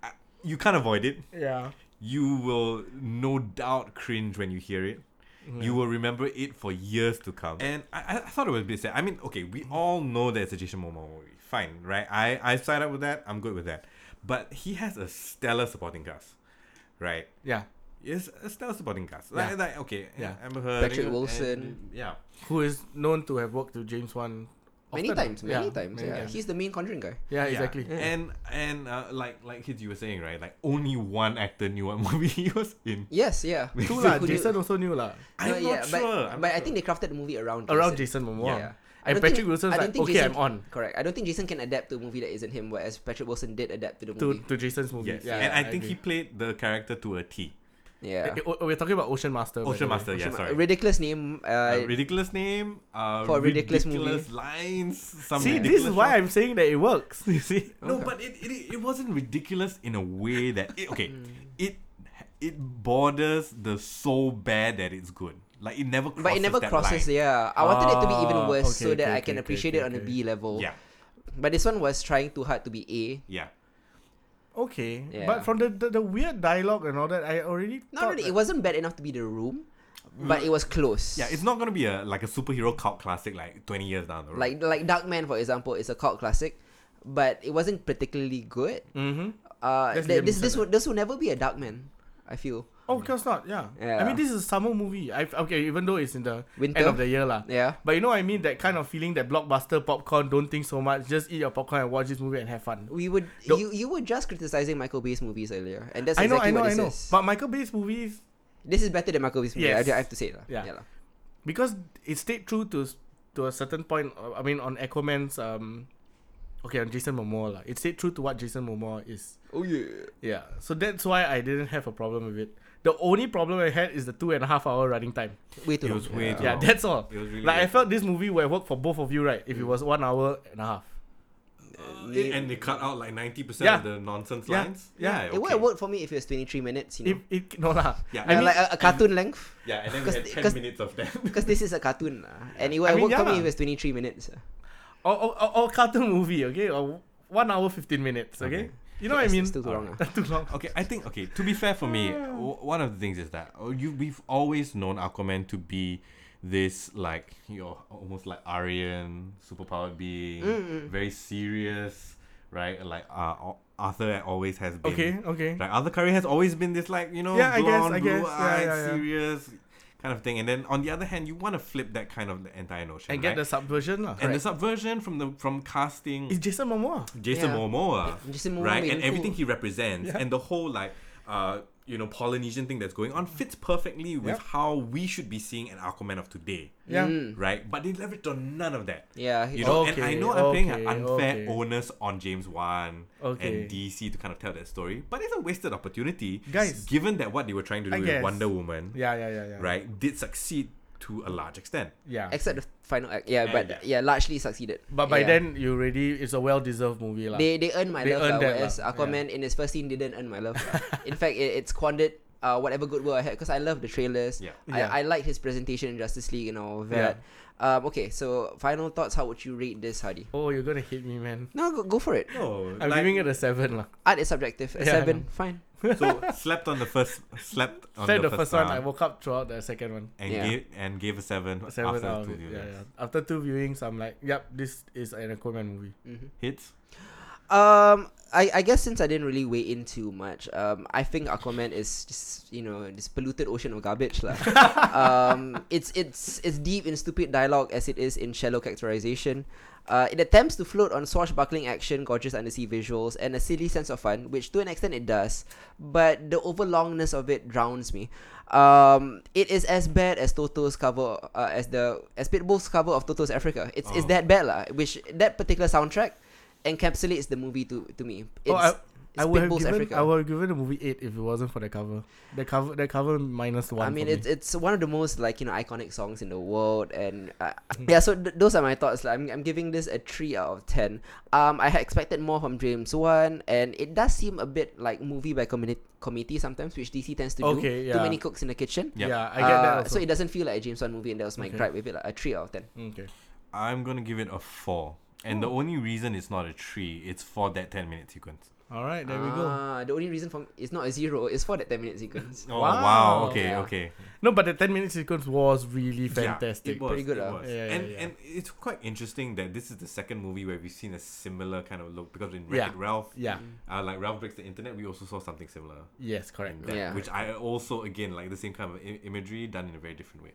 uh, you can't avoid it. yeah. You will no doubt cringe when you hear it. You will remember it for years to come. Mm. And I, I- I thought it was a bit sad. I mean, okay, we all know that it's a Jason Momoa movie. Fine, right? I, I signed up with that. I'm good with that. But he has a stellar supporting cast, right? Yeah. It's a stellar supporting cast. Yeah. Like, like okay, Yeah. Amber Heard. Patrick and- Wilson. yeah. Who is known to have worked with James Wan Many often. times, many Yeah, times. many yeah. he's the main Conjuring guy. Yeah, Yeah. exactly. And and uh, like like kids, you were saying right, like only one actor knew what movie he was in. Yes, yeah. True Who lah. knew- Jason also knew lah. I'm No, yeah, not but, sure. I'm but not I think they crafted the movie around Around Jason Momoa. Yeah. I And don't Patrick think- Wilson's I don't like, think okay, Jason- I'm on Correct. I don't think Jason can adapt to a movie that isn't him, whereas Patrick Wilson did adapt to the to, movie. to Jason's movie. Yes. Yeah, and I, I think he agree. played the character to a T. yeah. Eh, oh, we're talking about Ocean Master. by the Ocean way. Master, yeah, Shema- sorry. Ridiculous name. a Uh, ridiculous name, uh, For a ridiculous ridiculous lines. Some See, ridiculous this is why shot. I'm saying that it works. You see? No, but it, it it wasn't ridiculous in a way that it, okay, Hmm. it it borders the so bad that it's good. Like it never crosses. but it never that crosses. Line. Yeah, I wanted it to be even Ah, worse so okay, that okay, I can okay, appreciate okay, it on a okay. B level. Yeah, But this one was trying too hard to be A. yeah. Okay. Yeah. But from the, the the weird dialogue and all that, I already Not really. It wasn't bad enough to be the room, but it was close. Yeah, it's not gonna be a like a superhero cult classic like twenty years down the road. like like Darkman for example is a cult classic, but it wasn't particularly good. Mm-hmm. Uh, That's th- Liam this this Neeson. will this will never be a Darkman. I feel. Oh, of course not. Yeah. Yeah. I mean, this is a summer movie. I okay, even though it's in the Winter? end of the year lah. Yeah. But you know what I mean? That kind of feeling that blockbuster popcorn. Don't think so much. Just eat your popcorn and watch this movie and have fun. We would No. you you were just criticizing Michael Bay's movies earlier, and that's I know, exactly I know, what I this know. is. But Michael Bay's movies this is better than Michael Bay's movie. I- Yes. I, have to say it. lah. Yeah. yeah lah. because it stayed true to to a certain point. uh, I mean, on Aquaman's um okay on Jason Momoa lah. It stayed true to what Jason Momoa is. Oh yeah. Yeah, so that's why I didn't have a problem with it. The only problem I had is the two and a half hour running time. Way too It long. was way too Yeah, long. that's all. It was Oh. really Mm. Like I late. felt this movie would have worked for both of you, right? If it was one hour and a half. It, and they cut out like ninety percent Yeah. of the nonsense Yeah. lines. Yeah, it would okay. have worked for me if it was 23 minutes, you If know. it no lah. Yeah, I Yeah, mean, like uh, a, a cartoon length. yeah, and then we Because had they- ten because- minutes of that. Because this is a cartoon. lah. And it would I have mean, worked for yeah me if it lah. was 23 minutes. or, or, or, or cartoon movie, okay? Or one hour fifteen minutes, okay? Okay. You know what I It's- mean? it's still too long, That's too long. okay, I think okay. To be fair for me, Hmm. w- one of the things is that uh, you we've always known Aquaman to be this like you know almost like Aryan superpowered being, very serious, right? Like uh, Ar- Arthur always has been. Okay, okay. Like Arthur Curry has always been this like you know Yeah, I guess, blonde, I guess. blue Yeah, eyed, yeah, yeah. serious kind of thing. And then on the other hand, you want to flip that kind of the entire notion And get right? the subversion lah. and the subversion from the from casting It's Jason Momoa. Jason Yeah. Momoa, Jason Momoa right, made and it everything cool. he represents, Yeah. and the whole like, uh, you know, Polynesian thing that's going on fits perfectly with how we should be seeing an Aquaman of today, Yeah. right? But they leveraged on none of that. Mm. Yeah. You know, and Okay, I know I'm playing an okay, unfair okay. onus on James Wan Okay. and DC to kind of tell that story, but it's a wasted opportunity, Guys. Given that what they were trying to do I with guess. Wonder Woman, Yeah, yeah, yeah, yeah. right, did succeed to a large extent. Yeah. Except the final act. Yeah, Yeah, but yeah. yeah. largely succeeded. but by Yeah. then you already it's a well deserved movie lah. They, they earned my They love, earned lah, that whereas lah, Aquaman in his first scene didn't earn my love. lah. in fact, it, it squandered uh, whatever good will I had because I love the trailers. Yeah. I, Yeah. I like his presentation in Justice League and all of that. Um, okay, so final thoughts. How would you rate this, Hardy? Oh, you're gonna hate me, man. No, go, go for it. No, I'm like- giving it a seven lah. Art is subjective. A Yeah, I seven, know. fine. so slept on the first slept on Said the, first, round one, I woke up throughout the second one. and Yeah. gave and gave a seven, Seven after out of two it, viewings. yeah, yeah. After two viewings, I'm like, yep, this is an Aquaman movie. Hits. Um, I, I guess since I didn't really weigh in too much, um, I think Aquaman is just you know this polluted ocean of garbage lah. um, it's it's it's deep in stupid dialogue as it is in shallow characterization. Uh, it attempts to float on swashbuckling action, gorgeous undersea visuals, and a silly sense of fun, which to an extent it does, but the overlongness of it drowns me. Um, it is as bad as Toto's cover, uh, as the as Pitbull's cover of Toto's Africa. It's it's Oh. that bad lah. Which that particular soundtrack encapsulates the movie to to me. It's, Oh, I- it's I would have Pitbull's given Africa. I would have given the movie eight if it wasn't for the cover. The cover the cover minus one. I mean, for it's it's one of the most like you know iconic songs in the world, and uh, Mm-hmm. yeah. So th- those are my thoughts. Like, I'm I'm giving this a three out of ten. Um, I had expected more from James Wan, and it does seem a bit like movie by committee committee sometimes, which DC tends to Okay, do. yeah. Too many cooks in the kitchen. me. Yep. Yeah, I get Uh, that. Also. So it doesn't feel like a James Wan movie, and that was my Okay. gripe with it. Like, a three out of ten. okay. I'm gonna give it a four, Hmm. and the only reason it's not a three, it's for that ten minute sequence. All right, there we go. Ah, the only reason for it's not a zero is for that ten minute sequence. Oh wow, Wow. okay, Yeah. okay, No, but the 10 minute sequence was really Yeah, fantastic. uh, it was, Pretty good, it ah. was. Yeah, yeah, and yeah. and it's quite interesting that this is the second movie where we've seen a similar kind of look because in Yeah. Wreck It Ralph, Yeah. Mm. uh, like Ralph breaks the internet, we also saw something similar. Yes, correct. in that, Yeah. Which I also again like the same kind of I- imagery done in a very different way.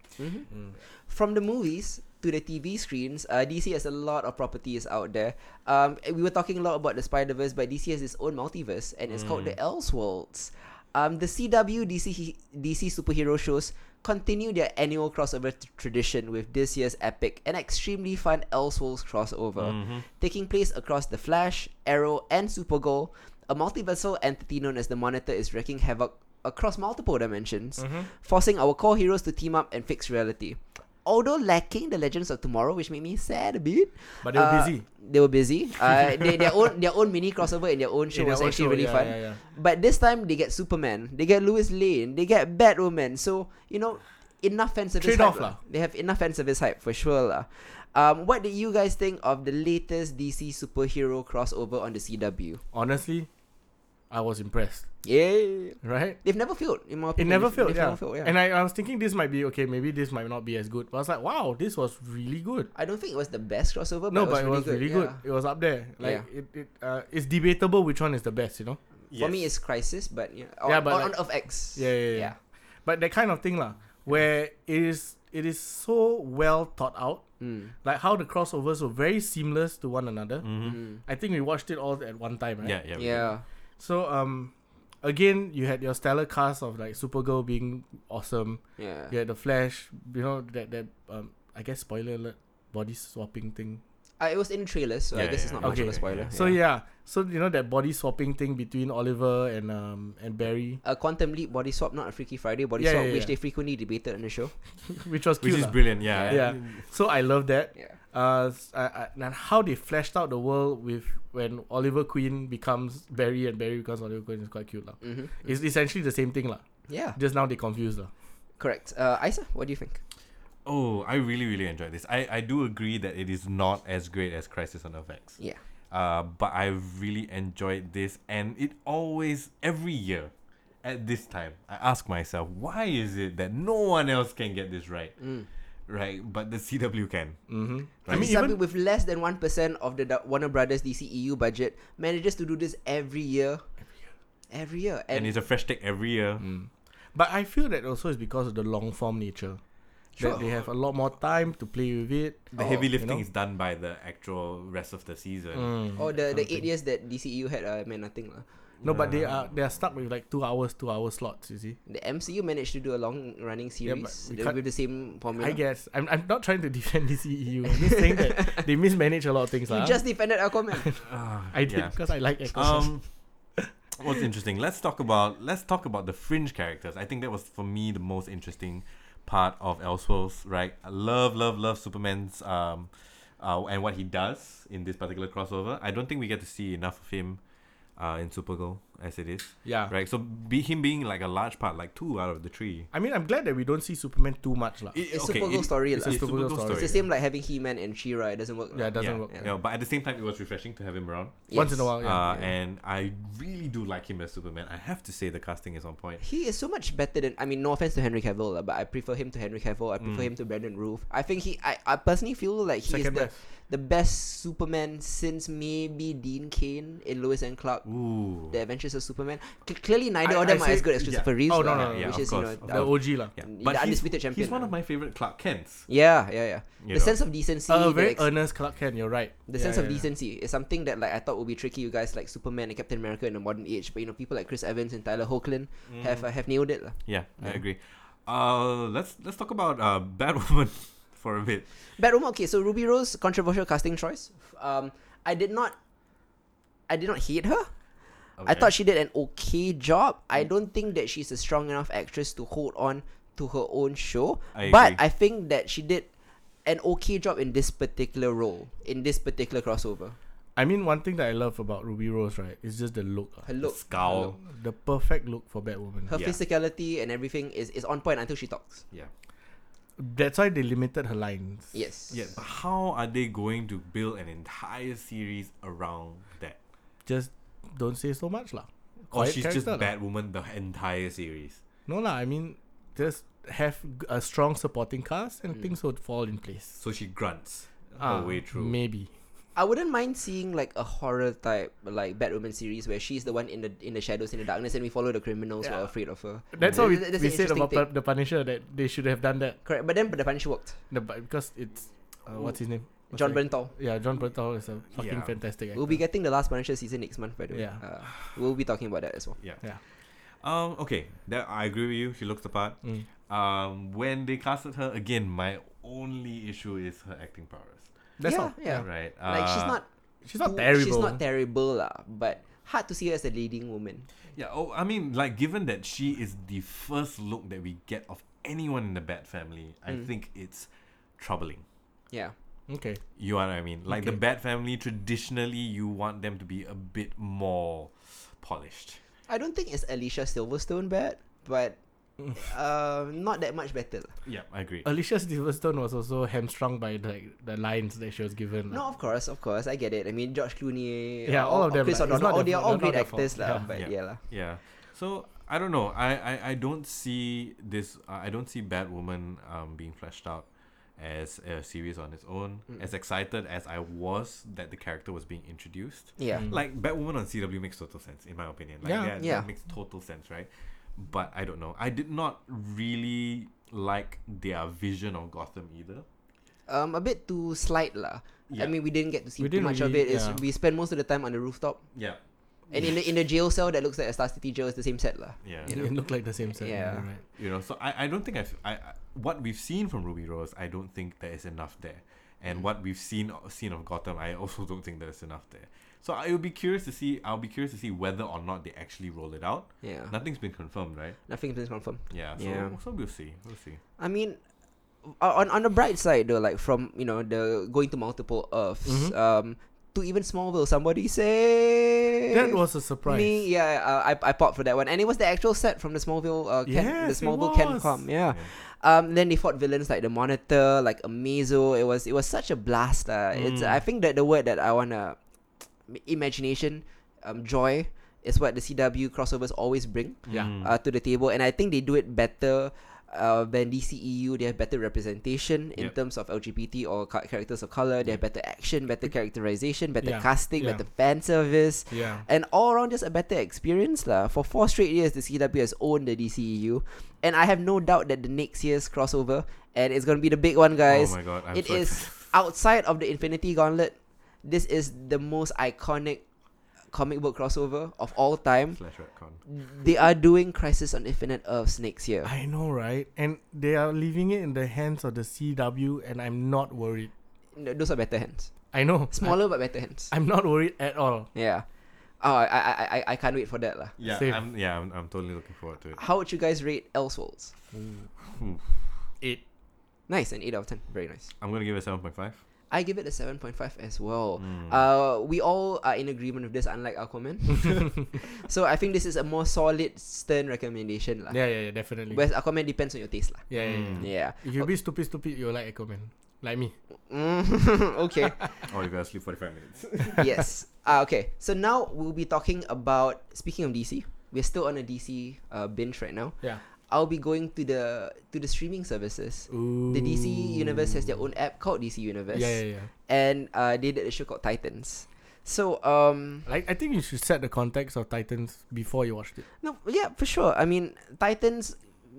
from the movies to the TV screens, uh, DC has a lot of properties out there. Um, and we were talking a lot about the Spider Verse, but DC has its own multiverse, and it's called the Elseworlds. Um, the CW DC DC superhero shows continue their annual crossover t- tradition with this year's epic and extremely fun Elseworlds crossover, taking place across the Flash, Arrow, and Supergirl. A multiversal entity known as the Monitor is wreaking havoc across multiple dimensions, forcing our core heroes to team up and fix reality. Although lacking the Legends of Tomorrow, which made me sad a bit, But they were uh, busy. They were busy. Uh, they, their own their own mini crossover in their own show In their was own actually show, really yeah, fun. yeah, yeah. But this time they get Superman, they get Lois Lane, they get Batwoman. So you know, enough fan service. Trade-off hype lah. They have enough fan service hype for sure lah. Um, what did you guys think of the latest DC superhero crossover on the CW? Honestly, I was impressed, Yeah, right? they've never failed in my It opinion. never They've- failed, they've yeah. never failed, yeah. And I, I was thinking this might be okay, maybe this might not be as good. But I was like, wow, this was really good. I don't think it was the best crossover, but no, it was but it really was good. really yeah. good. It was up there. Like it, it uh, it's debatable which one is the best, you know. For me, it's Crisis, but yeah, on, Yeah, but on, like- of X. Yeah, yeah, yeah. But that kind of thing lah, where it is it is so well thought out. Mm. Like how the crossovers were very seamless to one another. Mm. I think we watched it all at one time, right? Yeah, yeah, we Yeah. So um, again, you had your stellar cast of like Supergirl being awesome. Yeah. You had the Flash, you know that that um, I guess spoiler alert, body swapping thing. Uh, it was in trailers, so I Yeah, guess yeah, it's not yeah. much of a Okay. spoiler. So yeah, so you know that body swapping thing between Oliver and um and Barry, A Uh, Quantum Leap body swap, not a Freaky Friday body Yeah, swap, yeah, which yeah. they frequently debated on the show. which was which cute. is lah. brilliant. Yeah. Yeah. So I love that. Yeah. Uh, s- I- I- and how they fleshed out the world with when Oliver Queen becomes Barry and Barry becomes Oliver Queen is quite cute lah. hmm It's essentially the same thing lah. Yeah. Just now they confused lah. Correct. Uh, Isa, what do you think? Oh, I really really enjoyed this. I I do agree that it is not as great as Crisis on FX. Yeah. Uh, but I really enjoyed this, and it always every year. At this time, I ask myself, why is it that no one else can get this right? Right? But the CW can. Mm. Mm-hmm. Right? I mean, with less than 1% of the Da- Warner Brothers DC EU budget manages to do this every year. Every year. And, and it's a fresh take every year. Mm. But I feel that also is because of the long form nature. Sure. That they have a lot more time to play with it. The or, Oh, heavy you lifting know. is done by the actual rest of the season. Mm. oh, the, the eight years that DCEU had uh, meant nothing. lah. No, but they are they are stuck with like two hours, two hour slots. You see, The MCU managed to do a long running Yeah, but series we th- can't- with the same formula. I guess I'm, I'm not trying to defend this EU. I'm just saying that they mismanage a lot of things. You lah. just defended Aquaman. Ah, I did yeah. because I like Echo. Um, what's interesting? Let's talk about let's talk about the fringe characters. I think that was for me the most interesting part of Elseworlds. Right, I love, love, love Superman's um, uh, and what he does in this particular crossover. I don't think we get to see enough of him. Uh, in Supergirl, as it is, yeah. right? So, be him being like a large part, like two out of the three. I mean, I'm glad that we don't see Superman too much, lah. It- It's Supergirl story It's, lah. a It's Supergirl Supergirl story. it's the same like having He-Man and She-Ra. It doesn't work. Yeah, it lah. doesn't yeah. work. Yeah. No, but at the same time, it was refreshing to have him around. Once Yes. in a while, yeah. uh, yeah. And I really do like him as Superman. I have to say the casting is on point. He is so much better than I mean, no offense to Henry Cavill, lah, but I prefer him to Henry Cavill. I prefer him to Brandon Roof. I think he, I, I personally feel like he Mm. Second is the, best. the best Superman since maybe Dean Kane in Lois and Clark, Ooh. The Adventures of Superman. C- clearly, neither I- of them I are say- as good as yeah. Christopher Reeve, Oh, no, lah, no, no, yeah, which of is you course, know, of the- the OG, lah. yeah. the But he's- undisputed champion, He's one right? of my favorite Clark Kents. yeah, yeah, yeah. You the know. sense of decency, Uh, the very ex- earnest Clark Kent. You're right. E the Yeah, sense of yeah, yeah. decency is something that like I thought would be tricky. You guys like Superman and Captain America in the modern age, but you know people like Chris Evans and Tyler Hoechlin Mm. have uh, have nailed it. lah. Yeah, I agree. Uh, let's let's talk about uh, Batwoman for a bit. Batwoman. Okay, so Ruby Rose controversial casting choice. Um, I did not, I did not hate her. I Okay. Mm. thought she did an okay job. I don't think that she's a strong enough actress to hold on to her own show. I but agree. I think that she did an okay job in this particular role, in this particular crossover. I mean, one thing that I love about Ruby Rose, right, is just the look. lah. Her look, the scowl. The perfect look for Batwoman. her Yeah. physicality, and everything is, is on point until she talks. Yeah, That's why they limited her lines. Yes. yeah. But how are they going to build an entire series around that? Just don't say so much, lah. Quiet Or Oh, she's just character lah. Batwoman the entire series. No, lah. I mean, just have g- a strong supporting cast and things would fall in place. So she grunts Ah, her way through. Maybe. I wouldn't mind seeing like a horror type like Batwoman series where she's the one in the in the shadows in the darkness and we follow the criminals who are Yeah. afraid of her. That's what we, Th- that's we an said interesting about thing. Pu- the Punisher that they should have done that. Correct, but then but the Punisher worked. No, but because it's uh, what's his name? What's John the- Bernthal. Yeah, John Bernthal is a fucking Yeah. fantastic actor. We'll be getting the last Punisher season next month, by the way. Yeah. Uh, we'll be talking about that as well. Yeah. Yeah. Um. Okay. That I agree with you. She looks the part. Mm. Um. When they casted her again, my only issue is her acting powers. That's yeah, all. yeah. Right. like she's uh, not She's not too- terrible. She's not terrible, lah, but hard to see her as a leading woman. Yeah, oh, I mean, like, given that she is the first look that we get of anyone in the Bat family, I Mm. think it's troubling. Yeah. okay. You know what I mean? Like, the Okay. Bat family, traditionally, you want them to be a bit more polished. I don't think it's Alicia Silverstone bad, but uh, not that much better. lah. Yeah, I agree. Alicia Silverstone was also hamstrung by the the lines that she was given. No, of course, of course, I get it. I mean, George Clooney, Yeah, all or- of or them, Chris like, it's not O'Donnell, all their they are fault, all not great their fault. actors, lah. Yeah. But Yeah. yeah, lah. yeah. So, I don't know. I, I, I don't see this, uh, I don't see Batwoman um, being fleshed out as a series on its own. As excited as I was that the character was being introduced, Yeah. Mm. Like Batwoman on CW makes total sense in my opinion. Like Yeah. yeah, that, Yeah. makes total sense, right? But I don't know. I did not really like their vision of Gotham either. Um, a bit too slight, lah. I Yeah. mean, we didn't get to see We too didn't much of it. really- It's, yeah. We spend most of the time on the rooftop Yeah. and in the in the jail cell that looks like a Star City jail is the same set, lah. Yeah. You It know. looked like the same set. Yeah. Right. You know, so I, I don't think I've, I I- what we've seen from Ruby Rose, I don't think there is enough there. and what we've seen seen of Gotham, I also don't think there's enough there. So I will be curious to see. I'll be curious to see whether or not they actually roll it out. Yeah. Nothing's been confirmed, right? Nothing's been confirmed. Yeah. So, Uh-huh. Yeah. so we'll see. We'll see. I mean, o- on on the bright side though, like from you know the going to multiple Earths, Mhm. um, to even Smallville, somebody say That was a surprise. Me, yeah, uh, I I popped for that one, and it was the actual set from the Smallville, uh, Ken, the Yes, it Smallville Ken was. Com, yeah. Um, then they fought villains like the Monitor, like Amazo. It was it was such a blast. Uh. It's Mm. I think that the word that I wanna imagination, um, joy is what the CW crossovers always bring Yeah. Mm. uh, to the table and I think they do it better uh, than DCEU they have better representation in Yep. terms of LGBT or ca- characters of color they have better action better characterization better Yeah, casting yeah. better fan service Yeah. and all around just a better experience lah. for four straight years the CW has owned the DCEU and I have no doubt that the next year's crossover and it's gonna be the big one guys oh my god! I'm it so is outside of the Infinity Gauntlet this is the most iconic comic book crossover of all time excited. Slash retcon. they are doing Crisis on Infinite Earths next year. I know, right? And they are leaving it in the hands of the CW, and I'm not worried. No, Those are better hands, I know. smaller but better hands. I'm not worried at all. yeah. Oh, I, I, I- I, I can't wait for that lah. Yeah. Same. I'm. Yeah. I'm, I'm. totally looking forward to it. How would you guys rate Elseworlds? It. Nice, an eight out of ten. Very nice. I'm gonna give it seven point five. I give it a seven point five as well. Mm. Uh, we all are in agreement with this, unlike Aquaman. so I think this is a more solid, stern recommendation lah. Yeah, yeah, yeah, definitely. Whereas Aquaman depends on your taste lah. yeah, yeah, yeah. Mm. Yeah. If you be stupid, stupid, you're like Aquaman, like me. Mm, okay. Oh, you gotta sleep forty five minutes. yes. Uh, okay. So now we'll be talking about speaking of DC. We're still on a DC uh, binge right now. Yeah. I'll be going to the to the streaming services. Ooh. The DC Universe has their own app called DC Universe, Yeah, yeah, yeah. and uh, they did a show called Titans. So um, Like, I think you should set the context of Titans before you watched it. no, yeah, for sure. I mean, Titans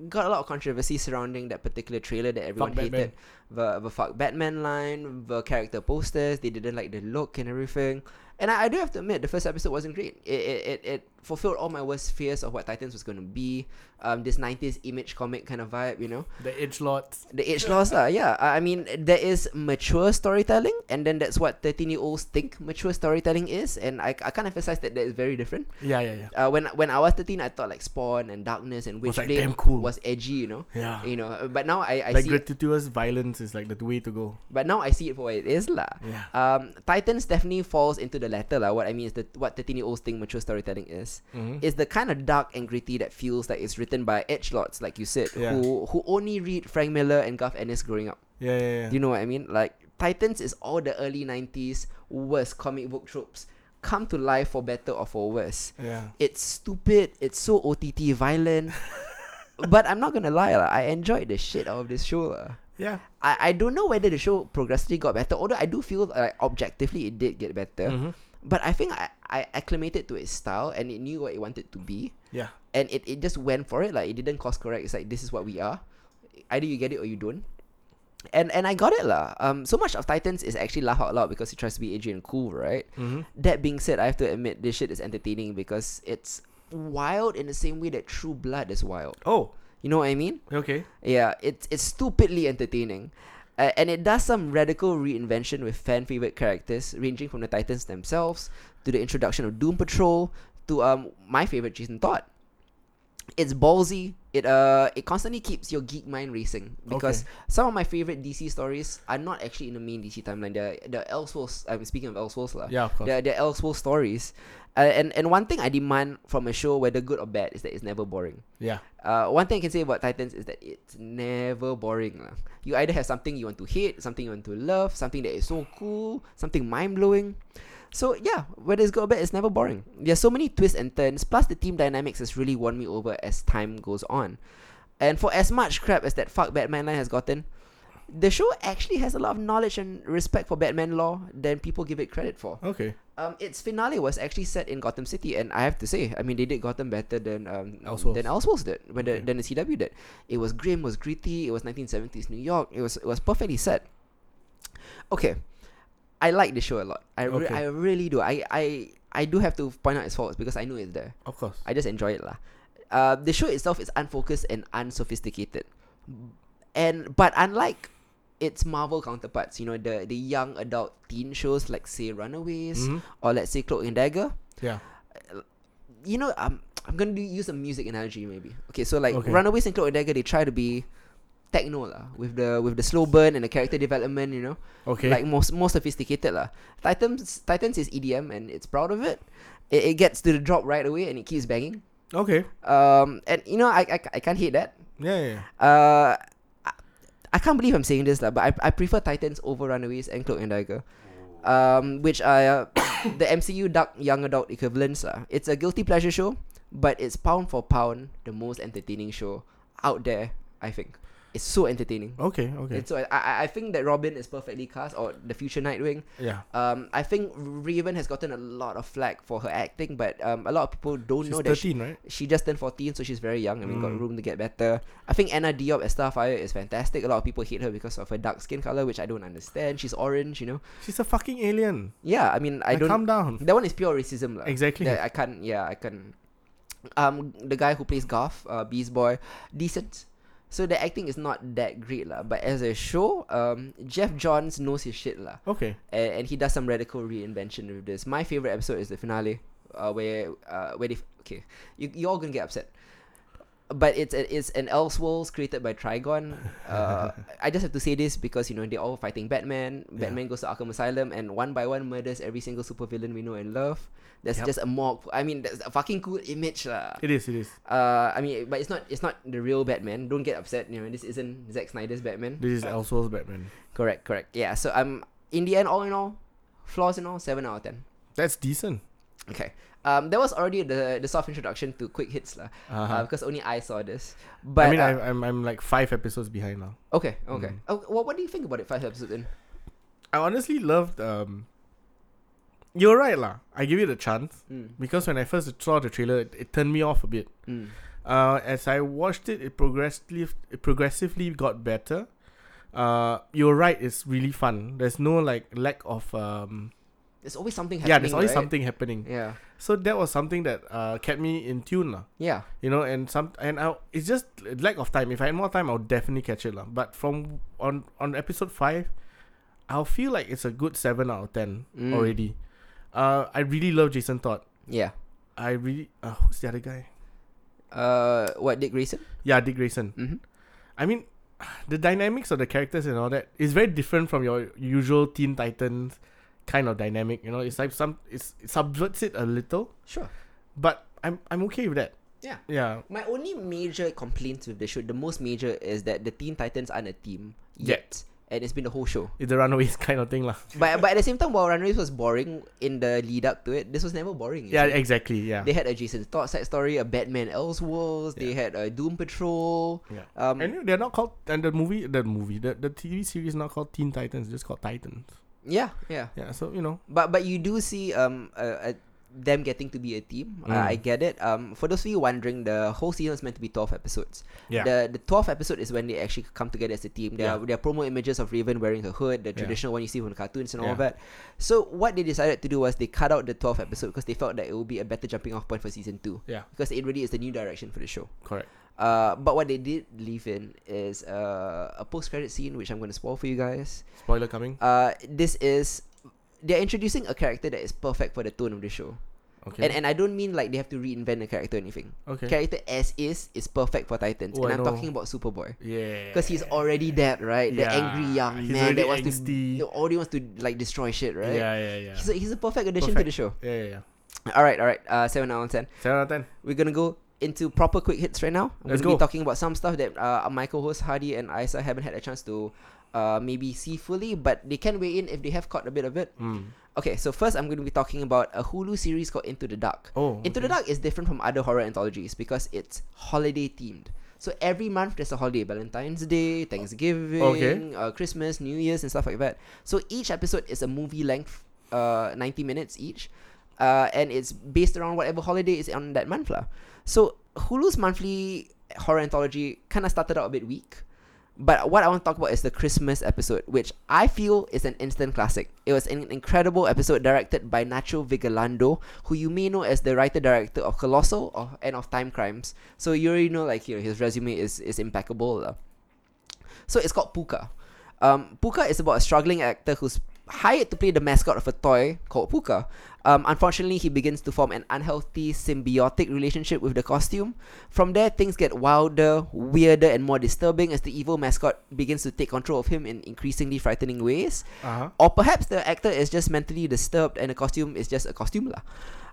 got a lot of controversy surrounding that particular trailer that everyone hated. Batman. The the fuck Batman line, the character posters, they didn't like the look and everything. And I, I do have to admit, the first episode wasn't great. It it, it, it fulfilled all my worst fears of what Titans was going to be. Um, this '90s image comic kind of vibe, you know. The Edge Lords. The age laws lah, yeah. I I mean, there is mature storytelling, and then that's what 13 year olds think mature storytelling is, and I, I can't emphasize that that is very different. Yeah, yeah, yeah. Uh, when when I was 13, I thought like Spawn and Darkness and Was, like, Witchblade damn cool. was edgy, you know? Yeah. You know, uh, but now I, I like see it, gratuitous violence is like the way to go. but now I see it for what it is lah. Yeah. Um, Titans definitely falls into the latter lah. What I mean is that what 13 year olds think mature storytelling is. Mhm. It's the kind of dark and gritty that feels like it's written by edgelords, like you said, Yeah. who who only read Frank Miller and Garth Ennis growing up. Yeah, yeah, yeah. Do you know what I mean? Like Titans is all the early '90s worst comic book tropes come to life for better or for worse. yeah. It's stupid. It's so OTT violent. but I'm not gonna lie, lah. I enjoyed the shit out of this show. lah. Yeah. I, I don't know whether the show progressively got better, although I do feel like objectively it did get better. Mhm. But I think I, I acclimated to its style and it knew what it wanted to be. Yeah. And it, it just went for it. Like it didn't course correct. It's like this is what we are. Either you get it or you don't. And and I got it lah. Um so much of Titans is actually laugh out loud because he tries to be edgy and cool, right? Mhm. That being said, I have to admit this shit is entertaining because it's wild in the same way that true blood is wild. Oh, You know what I mean? okay. Yeah, it's it's stupidly entertaining. Uh, and it does some radical reinvention with fan favorite characters, ranging from the Titans themselves to the introduction of Doom Patrol to um my favorite Jason Todd. It's ballsy. It uh it constantly keeps your geek mind racing because some of my favorite DC stories are not actually in the main DC timeline. They're the Elseworlds. I'm speaking of Elseworlds lah. Yeah, of course. They're, they're Elseworlds stories, uh, and and one thing I demand from a show, whether good or bad, is that it's never boring. Yeah. Uh, one thing I can say about Titans is that it's never boring. lah. You either have something you want to hate, something you want to love, something that is so cool, something mind blowing. So yeah, whether it's good or bad, it's never boring. There's so many twists and turns. Plus, the team dynamics has really won me over as time goes on. And for as much crap as that fuck Batman line has gotten, the show actually has a lot of knowledge and respect for Batman lore than people give it credit for. Okay. Um, its finale was actually set in Gotham City, and I have to say, I mean, they did Gotham better than um Elseworlds. than Elseworlds did, when the, Okay. than the CW did. It was grim, it was gritty, it was 1970s New York. It was it was perfectly set. Okay, I like the show a lot. I re- Okay. I really do. I I I do have to point out its faults because I know it's there. Of course. I just enjoy it lah. Uh, the show itself is unfocused and unsophisticated, and but unlike its Marvel counterparts, you know, the the young adult teen shows like say Runaways Mhm. or let's say Cloak and Dagger. Yeah. You know, um, I'm gonna do, use a music analogy maybe. Okay, so like Okay. Runaways and Cloak and Dagger, they try to be techno lah with the with the slow burn and the character development, you know, Okay. like more s- more sophisticated lah. Titans Titans is EDM and it's proud of it. It, it gets to the drop right away and it keeps banging. okay. Um, and you know, I I, I can't hate that. Yeah, yeah. yeah. Uh, I, I can't believe I'm saying this, lah, but I, I prefer Titans over Runaways and Cloak and Dagger, um, which are the MCU dark young adult equivalents. lah. It's a guilty pleasure show, but it's pound for pound the most entertaining show out there, I think. It's so entertaining. Okay, okay. And so I, I, I think that Robin is perfectly cast, or the future Nightwing. yeah. Um, I think Raven has gotten a lot of flack for her acting, but um, a lot of people don't She's know that she 13, right? she just turned 14, so she's very young. I mean, got Mm. room to get better. I think Anna Diop as Starfire is fantastic. A lot of people hate her because of her dark skin color, which I don't understand. She's orange, you know. She's a fucking alien. Yeah, I mean, I Like, don't. Calm down. that one is pure racism, lah. Exactly. That I can't. Yeah, I can't. Um, the guy who plays Garth, uh, Beast Boy, decent. So the acting is not that great, lah. But as a show, um, Jeff Johns knows his shit, lah Okay. and, and he does some radical reinvention with this. My favorite episode is the finale, uh, where uh, where they f- okay, you you all gonna get upset, but it's a, it's an Elseworlds created by Trigon. Uh, I just have to say this because you know they're all fighting Batman. Yeah. Batman goes to Arkham Asylum and one by one murders every single supervillain we know and love. That's Yep. just a mock. I mean, that's a fucking cool image, lah. It is, it is. Uh, I mean, but it's not it's not the real Batman. Don't get upset. You know, this isn't Zack Snyder's Batman. This is Elseworlds Batman. Correct, correct. Yeah, so I'm in the end, all in all, flaws in all, seven out of ten. That's decent. Okay. Um, there was already the the soft introduction to quick hits lah, uh Uh-huh. because only I saw this. But I mean, uh, I, I'm, I'm like five episodes behind now. okay, okay. Mm. Oh, well, what do you think about it? Five episodes in. I honestly loved. Um, you're right, lah. I give it a chance Mm. because when I first saw the trailer, it, it turned me off a bit. Mm. Uh, as I watched it, it progressively it progressively got better. Uh, you're right. It's really fun. There's no like lack of um. There's always something happening. Yeah, there's always right? something happening. Yeah, So that was something that uh kept me in tune, lah. yeah, You know, and some and I it's just lack of time. If I had more time, I'll definitely catch it, lah. But from on on episode five, I'll feel like it's a good seven out of ten Mm. already. Uh, I really love Jason Todd. yeah. I really uh, who's the other guy? Uh, what Dick Grayson? Yeah, Dick Grayson. Mm-hmm. I mean, the dynamics of the characters and all that is very different from your usual Teen Titans kind of dynamic. You know, it's like some it's, it subverts it a little, Sure. but I'm I'm okay with that. Yeah. Yeah. My only major complaint with the show, the most major, is that the Teen Titans aren't a team Yeah. yet, and it's been the whole show. It's the runaways kind of thing, lah. but but at the same time, while Runaways was boring in the lead up to it, this was never boring. you Yeah, see. exactly. Yeah. They had a Jason Todd side story, a Batman Elseworlds. They had a Doom Patrol. Yeah. Um, and they're not called and the movie the movie the, the TV series is not called Teen Titans, it's just called Titans. yeah, yeah. Yeah, so you know. But but you do see um uh, uh, them getting to be a team. Mm. I I get it. Um, for those of you wondering, the whole season is meant to be twelve episodes. Yeah. The the twelfth episode is when they actually come together as a team. There Yeah. are there are promo images of Raven wearing her hood, the Yeah. traditional one you see from the cartoons and all Yeah. that. So what they decided to do was they cut out the twelfth episode because they felt that it would be a better jumping off point for season two. Yeah. Because it really is the new direction for the show. Correct. Uh, but what they did leave in is uh, a post-credit scene, which I'm going to spoil for you guys. Spoiler coming. Uh, this is they're introducing a character that is perfect for the tone of the show, Okay. and and I don't mean like they have to reinvent the character or anything. okay. Character as is is perfect for Titans, Oh, and I I'm know. talking about Superboy yeah. because he's already dead, right? The Yeah, angry young he's man that already wants angsty. to already wants to like destroy shit, right? Yeah, yeah, yeah. He's a, he's a perfect addition to Perfect. the show. yeah, yeah, yeah. All right, all right. Uh, seven out of ten. Seven out of ten. we're gonna go into proper quick hits right now. I'm Let's gonna be go. talking about some stuff that uh, my co-host Hardy and Isa haven't had a chance to uh, maybe see fully, but they can weigh in if they have caught a bit of it. Mm. Okay, so first I'm gonna be talking about a Hulu series called Into the Dark. Oh. Into the Dark is different from other horror anthologies because it's holiday themed. So every month there's a holiday: Valentine's Day, Thanksgiving, uh, Christmas, New Year's, and stuff like that. So each episode is a movie length, uh, ninety minutes each, uh, and it's based around whatever holiday is on that month, lah. So Hulu's monthly horror anthology kind of started out a bit weak. But what I want to talk about is the Christmas episode, which I feel is an instant classic. It was an incredible episode directed by Nacho Vigilando, who you may know as the writer director of Colossal or, and of Time Crimes. So you already know, like, you know, his resume is, is impeccable. lah. So it's called Puka. Um, Puka is about a struggling actor who's hired to play the mascot of a toy called Puka. Um, unfortunately, he begins to form an unhealthy symbiotic relationship with the costume. From there, things get wilder, weirder, and more disturbing as the evil mascot begins to take control of him in increasingly frightening ways. Uh-huh. Or perhaps the actor is just mentally disturbed and the costume is just a costume lah.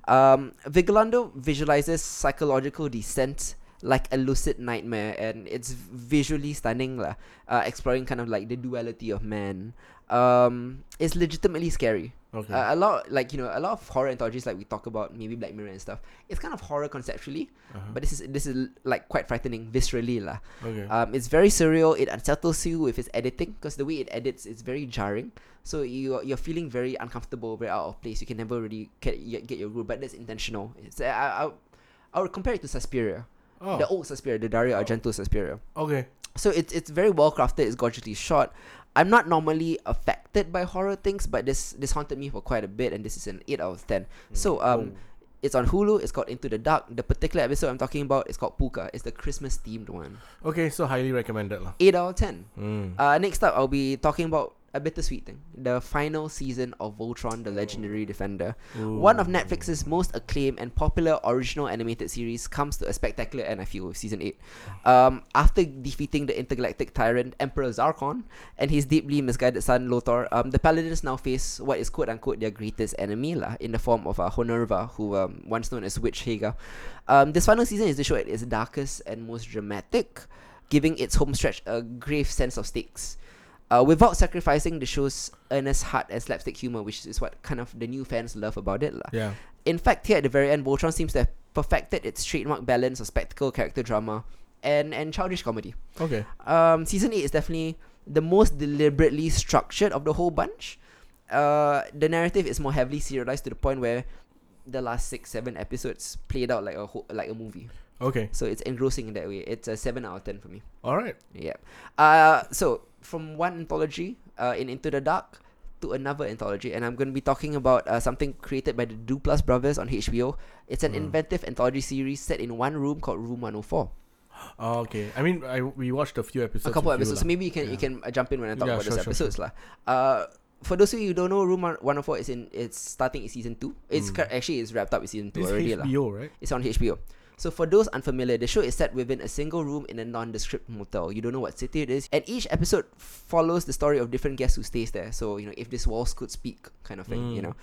Um, Vigilando visualizes psychological descent like a lucid nightmare and it's visually stunning lah, uh, exploring kind of like the duality of man. Um, it's legitimately scary. Okay. Uh, a lot like you know a lot of horror anthologies like we talk about maybe Black Mirror and stuff. It's kind of horror conceptually, Uh-huh. but this is this is like quite frightening viscerally lah. okay. Um, it's very surreal. It unsettles you with its editing because the way it edits is very jarring. So you you're feeling very uncomfortable, very out of place. You can never really get y- get your groove, but that's intentional. It's, I, I I would compare it to Suspiria, oh. the old Suspiria, the Dario Argento Suspiria. okay. So it's it's very well crafted. It's gorgeously shot. I'm not normally affected by horror things, but this this haunted me for quite a bit, and this is an eight out of ten. Mm. So um. Oh. It's on Hulu. It's called Into the Dark. The particular episode I'm talking about is called Puka. It's the Christmas themed one. Okay. So highly recommended lah. Eight out of ten. Mm. Uh, next up, I'll be talking about a bittersweet thing: the final season of Voltron: The Legendary Defender. One of Netflix's most acclaimed and popular original animated series comes to a spectacular end. I feel with season eight, um, after defeating the intergalactic tyrant Emperor Zarkon and his deeply misguided son Lothar, um, the Paladins now face what is quote unquote their greatest enemy lah, in the form of uh, Honorva, who um, once known as Witch Hagar. Um, this final season is the show at its darkest and most dramatic giving its homestretch a grave sense of stakes. Uh, without sacrificing the show's earnest heart and slapstick humor, which is what kind of the new fans love about it. lah. Yeah. In fact, here at the very end, Voltron seems to have perfected its trademark balance of spectacle, character drama, and, and childish comedy. Okay. Um, season 8 is definitely the most deliberately structured of the whole bunch. Uh, the narrative is more heavily serialized to the point where the last six, seven episodes played out like a whole, like a movie. Okay. So it's engrossing in that way. It's a seven out of ten for me. All right. Yeah. Uh, so from one anthology uh, in Into the Dark to another anthology, and I'm going to be talking about uh, something created by the Duplass brothers on HBO. It's Mm. an inventive anthology series set in one room called Room 104. Oh, okay. I mean, I we watched a few episodes. a couple with you episodes, so lah. maybe you can you Yeah. can uh, jump in when I talk Yeah, about sure, those sure, episodes lah. Uh, for those of you who don't know, Room 104 is in it's starting in season two. Mm. It's cur- actually it's wrapped up with season two It's already lah. HBO, right? It's on HBO. So for those unfamiliar, the show is set within a single room in a nondescript motel. You don't know what city it is, and each episode follows the story of different guests who stays there. So you know, if these walls could speak, kind of thing. You know,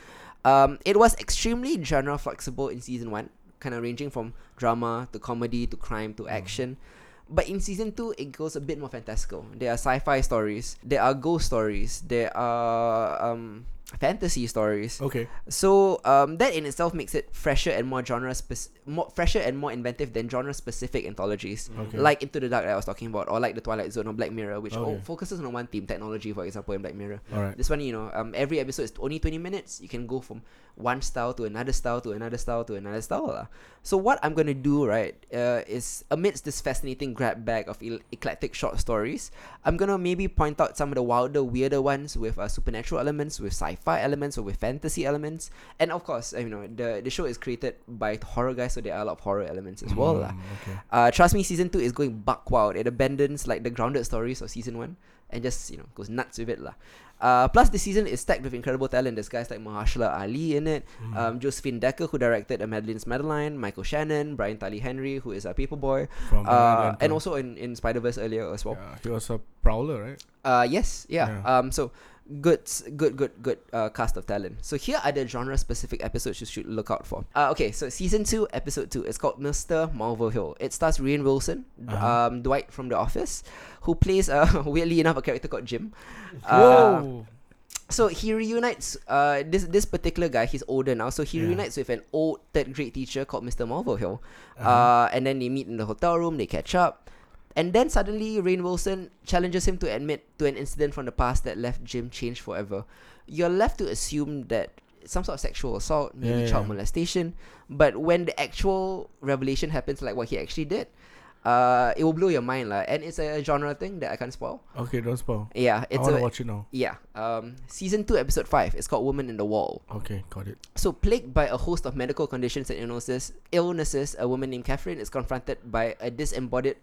um, it was extremely genre flexible in season one, kind of ranging from drama to comedy to crime to action. But in season two, it goes a bit more fantastical. There are sci-fi stories, there are ghost stories, there are um, fantasy stories. Okay. So um, that in itself makes it fresher and more genre spec- more fresher and more inventive than genre specific anthologies Okay. like Into the Dark that I was talking about, or like The Twilight Zone or Black Mirror, which all Okay. focuses on one theme, technology, for example, in Black Mirror. All right. This one, you know, um, every episode is only twenty minutes. You can go from one style to another style to another style to another style. lah. So what I'm gonna do right uh, is amidst this fascinating grab bag of el- eclectic short stories, I'm gonna maybe point out some of the wilder, weirder ones with uh, supernatural elements, with sci-fi elements, or with fantasy elements, and of course, uh, you know, the the show is created by horror guys, so there are a lot of horror elements as Mm-hmm. well. lah. Mm, Okay. Uh, Trust Me season two is going buck wild. It abandons like the grounded stories of season one and just you know goes nuts with it lah. Uh, plus this season is stacked with incredible talent. There's guys like Mahershala Ali in it, um, Josephine Decker who directed A Madeline's Madeline, Michael Shannon, Brian Tali Henry who is a Paperboy, From uh, Atlanta. and also in in Spider Verse earlier as well. Yeah, he was a prowler, right? Uh, yes, yeah. Yeah. Um, so good, s- good, good, good uh, cast of talent. So here are the genre-specific episodes you should look out for. Uh, okay, so season two, episode two, it's called Mister Marvel Hill. It stars Rian Wilson, d- Uh-huh. um, Dwight from The Office, who plays uh, weirdly enough a character called Jim. Uh, Whoa. so he reunites uh this this particular guy he's older now so he Yeah. reunites with an old third grade teacher called Mr. Marvel Hill Uh-huh. uh and then they meet in the hotel room they catch up and then suddenly Rain Wilson challenges him to admit to an incident from the past that left Jim changed forever you're left to assume that some sort of sexual assault maybe Yeah, yeah, child yeah. molestation but when the actual revelation happens like what he actually did uh it will blow your mind lah. and it's a genre thing that I can't spoil Okay, don't spoil. yeah I it's want a to watch it now. yeah. Um, season 2, episode 5. It's called Woman in the Wall. Okay, got it. So, plagued by a host of medical conditions and illnesses, illnesses, a woman named Catherine is confronted by a disembodied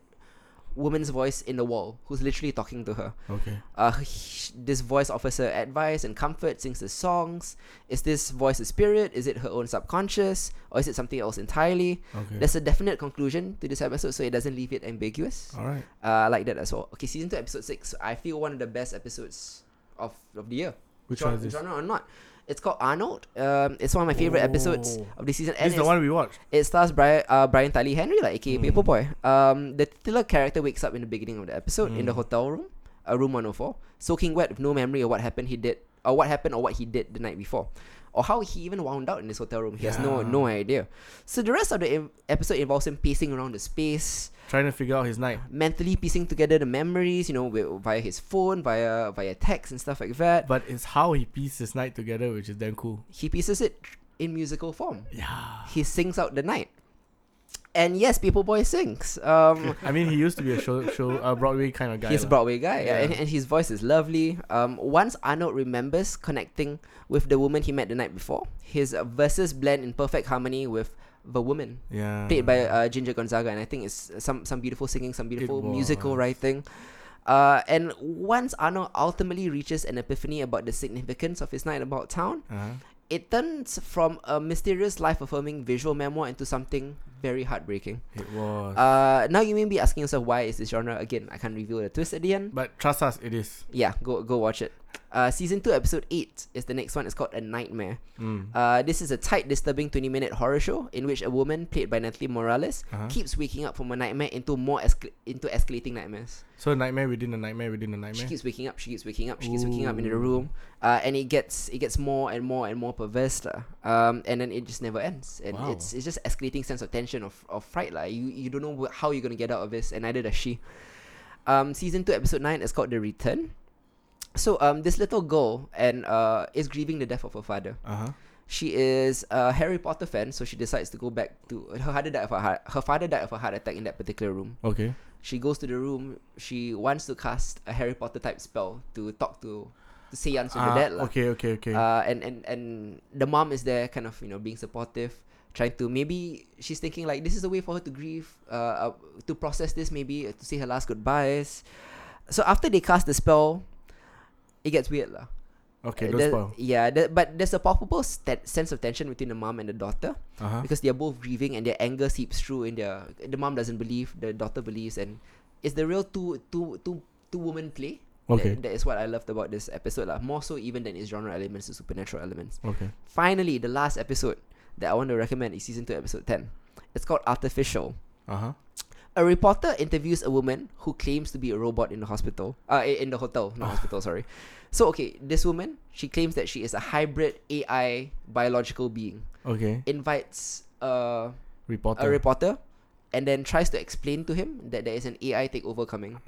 woman's voice in the wall who's literally talking to her. Okay. Uh, he- this voice offers her advice and comfort, sings her songs. Is this voice a spirit? Is it her own subconscious? Or is it something else entirely? Okay. There's a definite conclusion to this episode, so it doesn't leave it ambiguous. All right. Uh, I like that as well. Okay, season 2, episode 6. I feel one of the best episodes of, of the year. Which Gen- one is this? Genre or not. It's called Arnold. Um, it's one of my favorite episodes of Oh. the season. This is the it's- one we watched. it stars Brian, uh, Brian Tally Henry, like aka Mm. Paperboy. Um, the titular character wakes up in the beginning of the episode in the Mm. hotel room, uh, room 104, soaking wet with no memory of what happened he did, or what happened or what he did the night before, or how he even wound up in this hotel room. He has no Yeah. no idea. So the rest of the em- episode involves him pacing around the space, Trying to figure out his night. mentally piecing together the memories, you know, wi- via his phone, via via text and stuff like that. But it's how he pieced his night together, which is damn cool. He pieces it in musical form. Yeah. He sings out the night. And yes, Paperboy sings. Um, I mean, he used to be a show, show, a Broadway kind of guy. He's a lah. Broadway guy, yeah, Yeah. And, and his voice is lovely. Um, once Arnold remembers connecting with the woman he met the night before, his uh, verses blend in perfect harmony with the woman, Yeah. played by uh, Ginger Gonzaga, and I think it's some some beautiful singing, some beautiful musical was. writing. Uh, and once Arnold ultimately reaches an epiphany about the significance of his night about town, Uh-huh. it turns from a mysterious, life-affirming visual memoir into something very heartbreaking. It was. Uh, now you may be asking yourself, why is this genre again? I can't reveal the twist at the end. but trust us, it is. Yeah, go go watch it. Uh, season two, episode eight is the next one. It's called A Nightmare. Mm. Uh, this is a tight, disturbing twenty-minute horror show in which a woman played by Natalie Morales Uh-huh. keeps waking up from a nightmare into more escal- into escalating nightmares. So nightmare within a nightmare within a She nightmare. keeps waking up. She keeps waking up. She keeps waking up in the Ooh. room, uh, and it gets it gets more and more and more perverse, lah. um, and then it just never ends, and Wow. it's it's just escalating sense of tension of of fright, like you you don't know wh- how you're gonna get out of this, and neither does she. Um, season two, episode nine is called the Return. So um, this little girl and uh is grieving the death of her father. Uh huh. She is a Harry Potter fan, so she decides to go back to her father died of a heart her father died of a heart attack in that particular room. Okay. She goes to the room. She wants to cast a Harry Potter type spell to talk to, to say answer to Ah, that lah. okay. Okay. Okay. Uh, and and and the mom is there, kind of you know being supportive, trying to maybe she's thinking like this is a way for her to grieve, uh, uh to process this maybe uh, to say her last goodbyes. So after they cast the spell, it gets weird lah. okay. Uh, Don't there- spoil. Yeah, there- but there's a palpable st- sense of tension between the mom and the daughter Uh huh. because they're both grieving and their anger seeps through in their the mom doesn't believe the daughter believes and it's the real two two two two woman play That- Okay. that is what I loved about this episode lah. more so even than its genre elements to supernatural elements Okay. finally the last episode that I want to recommend is season 2 episode 10 it's called Artificial Uh huh. a reporter interviews a woman who claims to be a robot in the hospital uh, i- in the hotel Ah. not hospital sorry so okay this woman she claims that she is a hybrid AI biological being Okay. invites uh a Reporter. reporter and then tries to explain to him that there is an AI takeover coming.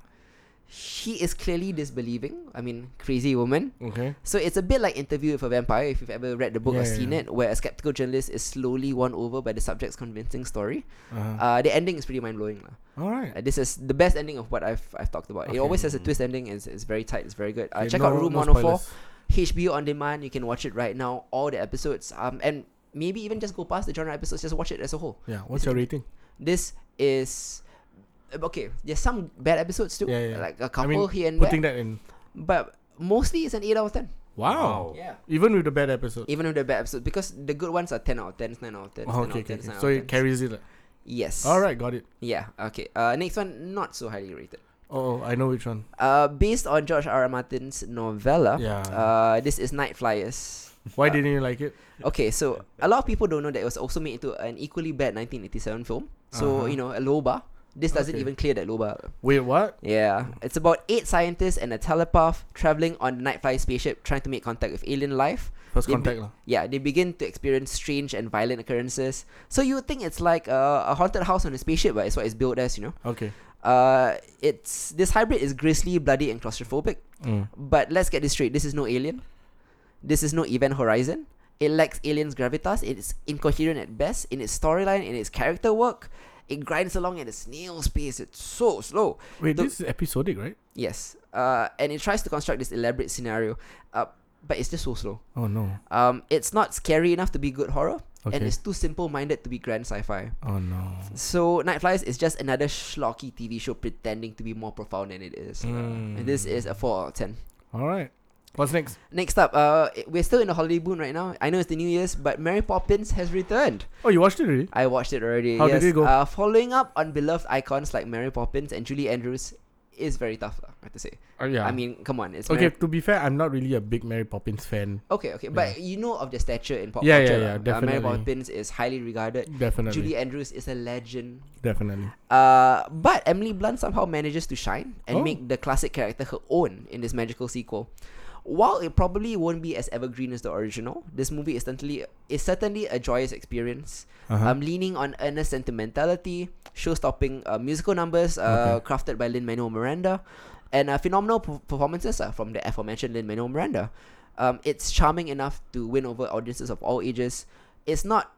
She is clearly disbelieving. I mean, crazy woman. okay. So it's a bit like Interview with a Vampire, if you've ever read the book or Yeah, yeah, seen yeah. it, where a skeptical journalist is slowly won over by the subject's convincing story. Uh-huh. Uh, the ending is pretty mind blowing. All right. Uh, this is the best ending of what I've I've talked about. It Okay. always has a twist ending. It's, it's very tight. It's very good. Uh, Okay, check no- out Room no 104. spoilers. HBO on demand. You can watch it right now. All the episodes. Um, and maybe even just go past the genre episodes. Just watch it as a whole. Yeah. What's It's your rating? this is okay. There's some bad episodes too, Yeah, yeah. like a I couple mean, here and there, putting that in. but mostly it's an eight out of ten. Wow. Yeah. Even with the bad episode. Even with the bad episodes, because the good ones are ten out of ten, nine out of ten, Oh, 10 out okay. of Okay. 10, okay. 9 out So of it 10. carries it. lah. Yes. All right. Got it. Yeah. Okay. Uh, next one, not so highly rated. Oh, oh, I know which one. Uh, based on George R. R. Martin's novella. Yeah. Uh, this is Night Flyers. Why uh, didn't you like it? Okay, so a lot of people don't know that it was also made into an equally bad 1987 film. So Uh-huh. you know, a low bar. This doesn't Okay. even clear that low bar. Wait, what? Yeah, it's about eight scientists and a telepath traveling on the Nightfly spaceship trying to make contact with alien life. First They be- contact lah. Yeah, they begin to experience strange and violent occurrences. So you would think it's like a, a haunted house on a spaceship, but it's what it's built as, you know. Okay. Uh, it's this hybrid is grisly, bloody, and claustrophobic. Mm. But let's get this straight: this is no alien. This is no Event Horizon. It lacks aliens' gravitas. It is incoherent at best in its storyline, in its character work. It grinds along at a snail's pace. It's so slow. Wait, The- this is episodic, right? Yes. Uh, and it tries to construct this elaborate scenario. Uh, but it's just so slow. Oh no. Um, it's not scary enough to be good horror, Okay. and it's too simple-minded to be grand sci-fi. oh no. So Night Flies is just another schlocky TV show pretending to be more profound than it is. Uh, Mm. this is a four out of ten. All right. What's next? Next up, uh, i- we're still in the holiday boom right now. I know it's the New Year's, but Mary Poppins has returned. Oh, you watched it already? I watched it already. How yes. did it go? Uh, following up on beloved icons like Mary Poppins and Julie Andrews is very tough, lah, I have to say. Oh, yeah. I mean, come on, it's okay. Mary- To be fair, I'm not really a big Mary Poppins fan. okay, okay, but you know of the stature in pop Yeah, yeah, culture. yeah, lah. Uh, Mary definitely. Poppins is highly regarded. Definitely. Julie Andrews is a legend. Definitely. Uh, but Emily Blunt somehow manages to shine and Oh. make the classic character her own in this magical sequel. While it probably won't be as evergreen as the original, this movie is certainly is certainly a joyous experience. Uh-huh. Um, leaning on earnest sentimentality, show-stopping uh, musical numbers uh, crafted by Lin Manuel Miranda, and uh, phenomenal p- performances uh, from the aforementioned Lin Manuel Miranda. Um, it's charming enough to win over audiences of all ages. It's not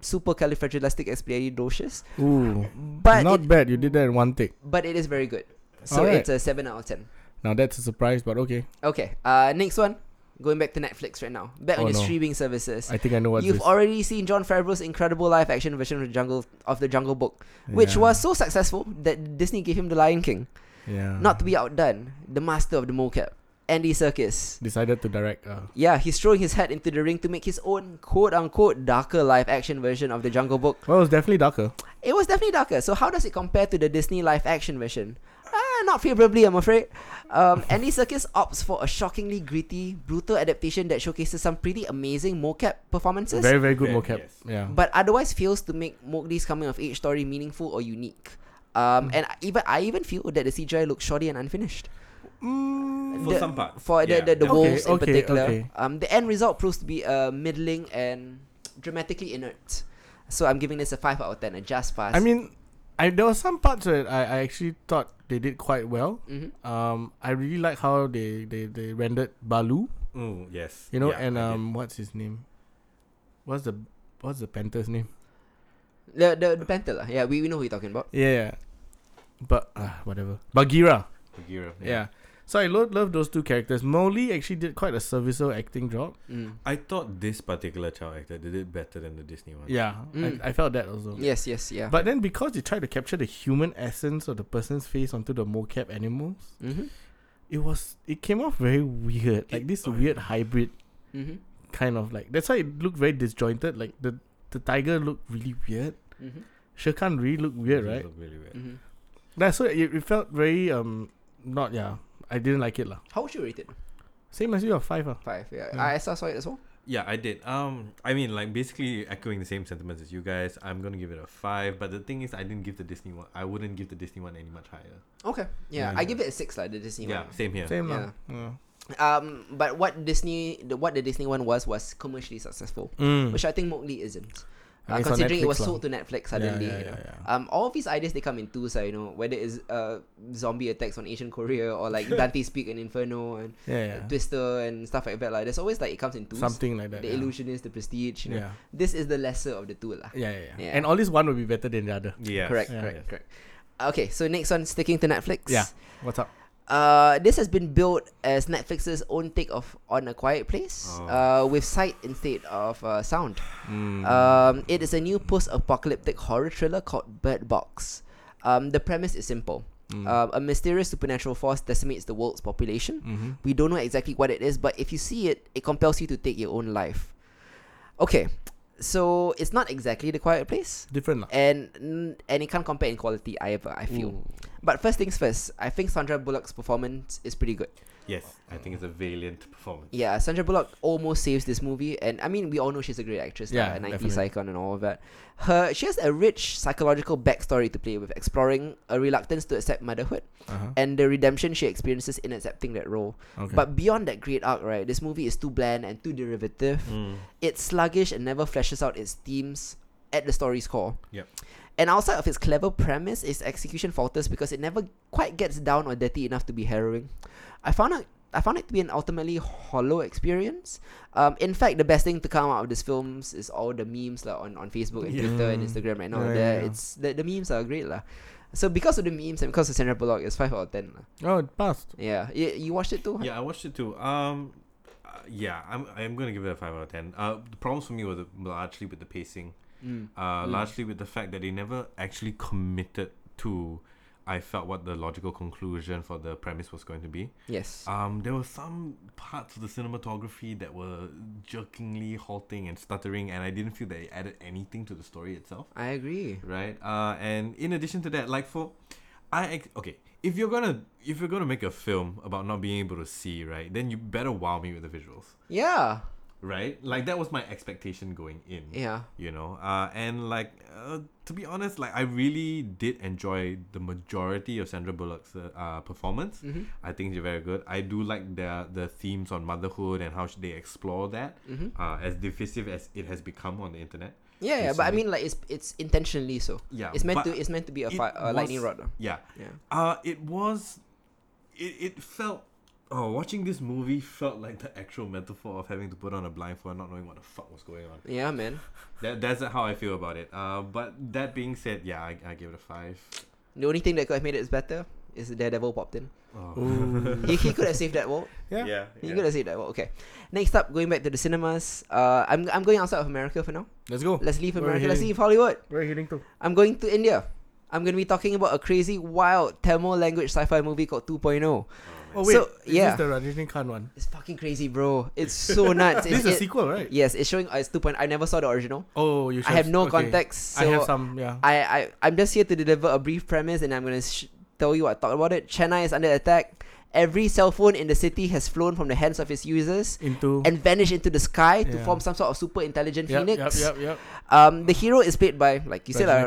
super califragilisticexpialidocious, Ooh. but not it- bad. You did that in one take. but it is very good. So Alright. it's a seven out of ten. Now that's a surprise, but okay. Okay. Uh, next one. Going back to Netflix right now. Back on Oh, your no. streaming services. I think I know what You've this. already seen John Favreau's incredible live-action version of the Jungle of the Jungle Book, which Yeah. was so successful that Disney gave him the Lion King. yeah. Not to be outdone, the master of the mocap, Andy Serkis. decided to direct. Uh, Yeah, he's throwing his hat into the ring to make his own quote-unquote darker live-action version of the Jungle Book. well, it was definitely darker. It was definitely darker. So how does it compare to the Disney live action version? Ah, not favorably, I'm afraid. Um, Andy Serkis opts for a shockingly gritty, brutal adaptation that showcases some pretty amazing mocap performances, Very, very good Very, mocap. yes. Yeah. but otherwise fails to make Mowgli's coming of age story meaningful or unique. Um, and I even I even feel that the CGI looks shoddy and unfinished for the- some parts. for yeah. the the, the yeah. Okay, wolves in okay, particular. okay. Um, the end result proves to be uh, middling and dramatically inert. So I'm giving this a five out of ten, a just pass. I mean, I there were some parts that I, I actually thought they did quite well. Mhm. Um, I really like how they, they, they rendered Balu. Mm, yes. You know, yeah, and I did. um, what's his name? What's the what's the Panther's name? The the, the panther lah. Yeah, we, we know who you're talking about. Yeah, yeah. but uh, whatever. Bagheera. Bagheera, Yeah. So I lo- love those two characters. Molly actually did quite a serviceable acting job. Mm. I thought this particular child actor did it better than the Disney one. Yeah, Mm. I, I felt that also. Yes, yes, yeah. But then because they tried to capture the human essence of the person's face onto the mocap animals, mm-hmm. it was it came off very weird. Like Oh. this It- weird hybrid Mm-hmm. kind of like that's why it looked very disjointed. Like the the tiger looked really weird. Mm-hmm. Sherkan really looked weird, It right? looked really weird. Mm-hmm. That's so it, it felt very um not yeah. I didn't like it lah. How would you rate it? Same as you of five ah. Five. Yeah, Mm. I I saw, saw it as well. Yeah, I did. Um, I mean, like basically echoing the same sentiments as you guys. I'm gonna give it a five, but the thing is, I didn't give the Disney one. I wouldn't give the Disney one any much higher. Okay. Yeah, Yeah, I yeah. give it a six like the Disney Yeah, one. same here. Same Yeah. lah. Yeah. Um, but what Disney, the, what the Disney one was was commercially successful, Mm. which I think Mowgli isn't. And Uh, it's on considering it was Netflix lah. sold to Netflix suddenly, yeah, you know. yeah, Um, all of these ideas they come in twos, uh, you know, whether it's uh zombie attacks on ancient Korea or like Dante's Peak and Inferno and yeah, yeah. Twister and stuff like that. Like, there's always like it comes in twos. Something like that. the yeah. illusionist, the prestige, you know. Yeah. This is the lesser of the two lah. Yeah, yeah, yeah, Yeah. And at least one would be better than the other. Yes, Correct, Yeah. correct, yes. correct. Okay, so next one, sticking to Netflix. Yeah. What's up? Uh, this has been built as Netflix's own take of on a quiet place, Oh. uh, with sight instead of uh, sound. Hmm. Mm. Um, it is a new post-apocalyptic horror thriller called Bird Box. Um, the premise is simple: Hmm. Um, a mysterious supernatural force decimates the world's population. Mm-hmm. We don't know exactly what it is, but if you see it, it compels you to take your own life. Okay, so it's not exactly the quiet place, Different lah. and and it can't compare in quality either. I feel. Ooh. But first things first, I think Sandra Bullock's performance is pretty good. Yes, I think it's a valiant performance. Yeah, Sandra Bullock almost saves this movie, and I mean, we all know she's a great actress, yeah, Yeah, a 90s definitely. icon and all of that. Her she has a rich psychological backstory to play with, exploring a reluctance to accept motherhood Uh-huh. and the redemption she experiences in accepting that role. Okay. But beyond that great arc, right, this movie is too bland and too derivative. Mm. It's sluggish and never fleshes out its themes at the story's core. Yep. And outside of its clever premise, its execution falters because it never quite gets down or dirty enough to be harrowing. I found it. I found it to be an ultimately hollow experience. Um, in fact, the best thing to come out of these films is all the memes like, on, on Facebook and Yeah. Twitter and Instagram right now. Yeah, They're- yeah, yeah. It's the, the memes are great lah. So because of the memes and because of Sandra Bullock, it's five out of ten lah. oh, it passed. Yeah, you, you watched it too? huh? Yeah, I watched it too. Um, uh, yeah, I'm I'm gonna give it a five out of ten. Uh, the problems for me were the, largely with the pacing, Mm. uh, largely with the fact that they never actually committed to. I felt what the logical conclusion for the premise was going to be. Yes. Uh. Um, there were some parts of the cinematography that were jerkingly halting and stuttering, and I didn't feel that it added anything to the story itself I agree. right? Uh, and in addition to that, like for, I ex- okay, if you're gonna if you're gonna make a film about not being able to see, right, then you better wow me with the visuals, Yeah. right? Like that was my expectation going in. Yeah. You know, uh, and like uh, to be honest, like I really did enjoy the majority of Sandra Bullock's uh, uh, performance. Mm-hmm. I think they're very good. I do like the the themes on motherhood and how sh- they explore that, Mm-hmm. uh, as divisive as it has become on the internet. Yeah, yeah, but I Recently. mean, like, it's it's intentionally so. Yeah, It's meant but- to. It's meant to be a, it fi- a lightning was- rod. lah. Yeah, Yeah. Uh, it was, it, it felt, oh, watching this movie felt like the actual metaphor of having to put on a blindfold and not knowing what the fuck was going on. Yeah, man. That That's how I feel about it. Uh, but that being said, yeah, I, I give it a five. The only thing that could have made it better is the Daredevil popped in. Oh. he, he could have saved that wall. Yeah. He could have saved that wall. Okay. Next up, going back to the cinemas. Uh, I'm I'm going outside of America for now. Let's go. Let's leave Where are America. you Let's heading? leave Hollywood. Where are you heading to? I'm going to India. I'm going to be talking about a crazy, wild Tamil language sci-fi movie called 2.0. Oh So, wait, yeah. is this the Rajini Khan one? It's fucking crazy, bro. It's so nuts. This It's, is a it- sequel, right? Yes, it's showing. Uh, it's 2.0. I never saw the original. Oh, you. Should I have no okay. context. So I have some. Yeah. I, I I'm just here to deliver a brief premise, and I'm gonna sh- tell you what I thought about it. Chennai is under attack. Every cell phone in the city has flown from the hands of its users Into. and vanished into the sky to Yeah. form some sort of super intelligent yep, yep, phoenix. yep, yep. Um, the hero is played by, like you said, uh,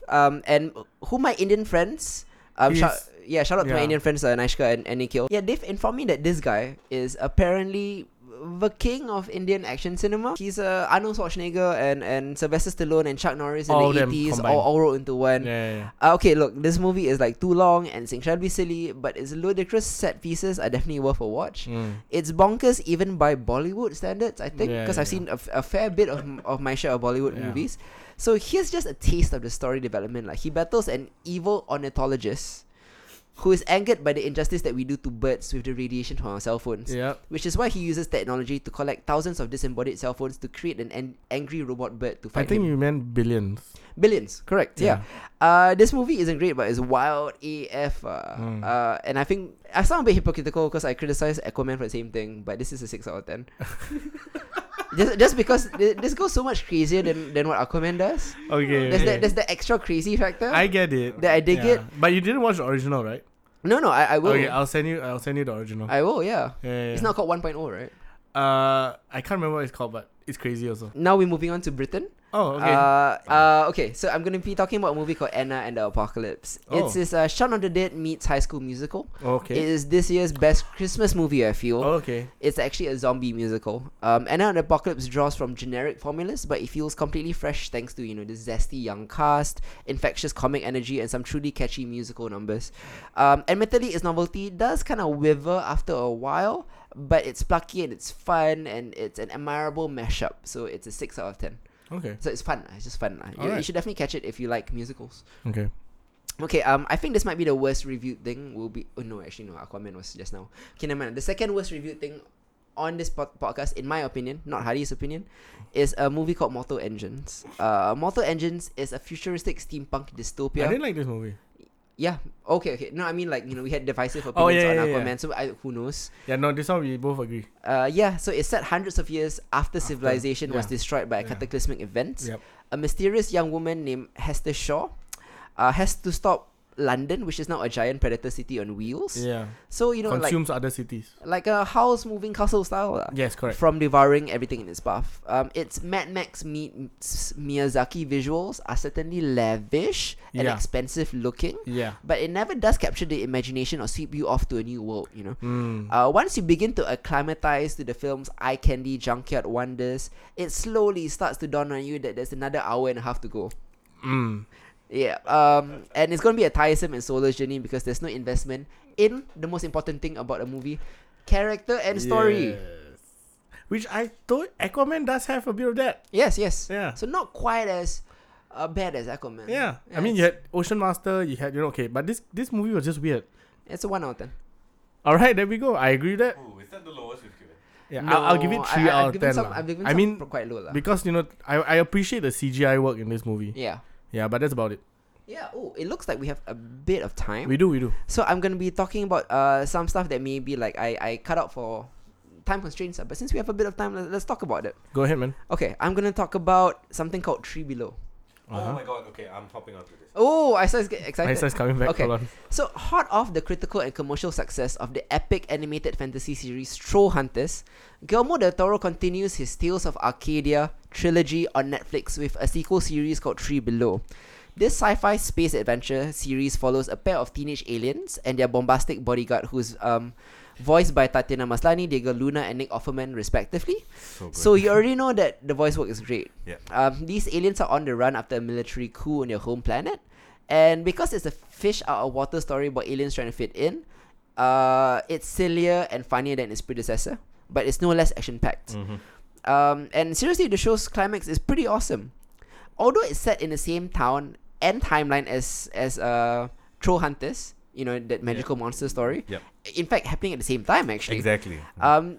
Rajikaf, um, and who my Indian friends. Um, He's- shout, yeah, shout out to my yeah. Indian friends, uh, Naishka and, and Nikhil. Yeah, they've informed me that this guy is apparently the king of Indian action cinema. He's uh, Arnold Schwarzenegger and, and Sylvester Stallone and Chuck Norris in All the them 80s all, combined. all rolled into one. Yeah, yeah, yeah. Uh, okay, look, this movie is like too long and it's incredibly silly, but its ludicrous set pieces are definitely worth a watch. Mm. It's bonkers even by Bollywood standards, I think, Yeah, because yeah, I've yeah. seen a, f- a fair bit of, m- of my share of Bollywood Yeah. movies. So here's just a taste of the story development. Like he battles an evil ornithologist who is angered by the injustice that we do to birds with the radiation from our cell phones. Yep. Which is why he uses technology to collect thousands of disembodied cell phones to create an an- angry robot bird to I fight think him. you meant billions. Billions, correct? Yeah. Uh, this movie isn't great, but it's wild AF. Uh, Mm. uh, and I think I sound a bit hypocritical because I criticize Aquaman for the same thing, but this is a six out of ten. just, just because thi- this goes so much crazier than, than what Aquaman does. Okay. There's okay. the, there's the extra crazy factor. I get it. that I dig Yeah. But you didn't watch the original, right? no, no, I, I will. Okay, I'll send you. I'll send you the original. I will, yeah. yeah, yeah, It's yeah. not called 1.0, right? Uh, I can't remember what it's called, but it's crazy also. Now we're moving on to Britain. Oh, okay. Uh, uh, okay, so I'm going to be talking about a movie called Anna and the Apocalypse. It's Oh. this uh, Shaun of the Dead meets High School Musical. It okay. Oh. is this year's best Christmas movie, I feel. Okay. It's actually a zombie musical. Um, Anna and the Apocalypse draws from generic formulas, but it feels completely fresh thanks to you know the zesty young cast, infectious comic energy, and some truly catchy musical numbers. Um, admittedly, its novelty does kind of wither after a while, but it's plucky and it's fun and it's an admirable mashup. So it's a six out of ten. Okay. So it's fun. lah, It's just fun. lah. You, you Alright. should definitely catch it if you like musicals. Okay. Okay, um, I think this might be the worst reviewed thing. Will be oh no, actually no, Aquaman was just now. Okay, never mind. The second worst reviewed thing on this pod- podcast, in my opinion, not Hadi's opinion, is a movie called Mortal Engines. Uh, Mortal Engines is a futuristic steampunk I dystopia. didn't like this movie. Yeah. Okay. Okay. No, I mean like you know we had divisive opinions Oh, yeah, on yeah, yeah. Aquaman, so I, who knows? Yeah, no, this one we both agree. Uh, yeah. So it's set hundreds of years after, After, civilization was yeah. destroyed by a Yeah. cataclysmic event Yep. a mysterious young woman named Hester Shaw uh, has to stop London, which is now a giant predator city on wheels. Yeah. So you know, Consumes other cities. like like a house moving castle style. lah, Yes, correct. From devouring everything in its path. Um, its Mad Max meets Miyazaki visuals are certainly lavish and Yeah. expensive looking, Yeah. but it never does capture the imagination or sweep you off to a new world. You know. Mm. Uh, once you begin to acclimatize to the film's eye candy junkyard wonders, it slowly starts to dawn on you that there's another hour and a half to go. Mm. Yeah, um, and it's gonna be a tiresome and soulless journey because there's no investment in the most important thing about a movie, character and story. Yes. Which I thought Aquaman does have a bit of that. Yes, yes. Yeah. So not quite as uh, bad as Aquaman. Yeah. I mean, you it's- had Ocean Master, you had, you know, okay, but this this movie was just weird. it's a one out of ten. All right, there we go. I agree with that. Ooh, is that the lowest we've given? Yeah, I'll, I'll give No, I- it I- three I've out of given ten. some- lah. I've given I some mean, pro- quite low lah. because you know, I, I appreciate the CGI work in this movie. Yeah, Yeah. but that's about it. Yeah. Oh, it looks like we have a bit of time. We do, we do. So I'm gonna be talking about uh some stuff that maybe like I I cut out for time constraints. uh, But since we have a bit of time, let- let's talk about it. Go ahead, man. Okay, I'm gonna talk about something called Tree Below. Oh my god. Okay, I'm hopping onto this. Oh, I saw it's get excited. My size coming back. Okay. Hold on. So, hot off the critical and commercial success of the epic animated fantasy series Troll Hunters, Guillermo del Toro continues his Tales of Arcadia trilogy on Netflix with a sequel series called Tree Below. This sci fi space adventure series follows a pair of teenage aliens and their bombastic bodyguard, who's um, voiced by Tatiana Maslany, Diego Luna, and Nick Offerman, respectively. So good. So, you already know that the voice work is great. yeah. Um, these aliens are on the run after a military coup on their home planet, and because it's a fish out of water story about aliens trying to fit in, uh, it's sillier and funnier than its predecessor, but it's no less action packed. Um, and seriously, the show's climax is pretty awesome. Although it's set in the same town and timeline as as uh, Troll Hunters, you know that magical monster story. Yep. In fact, happening at the same time actually. Exactly. Um,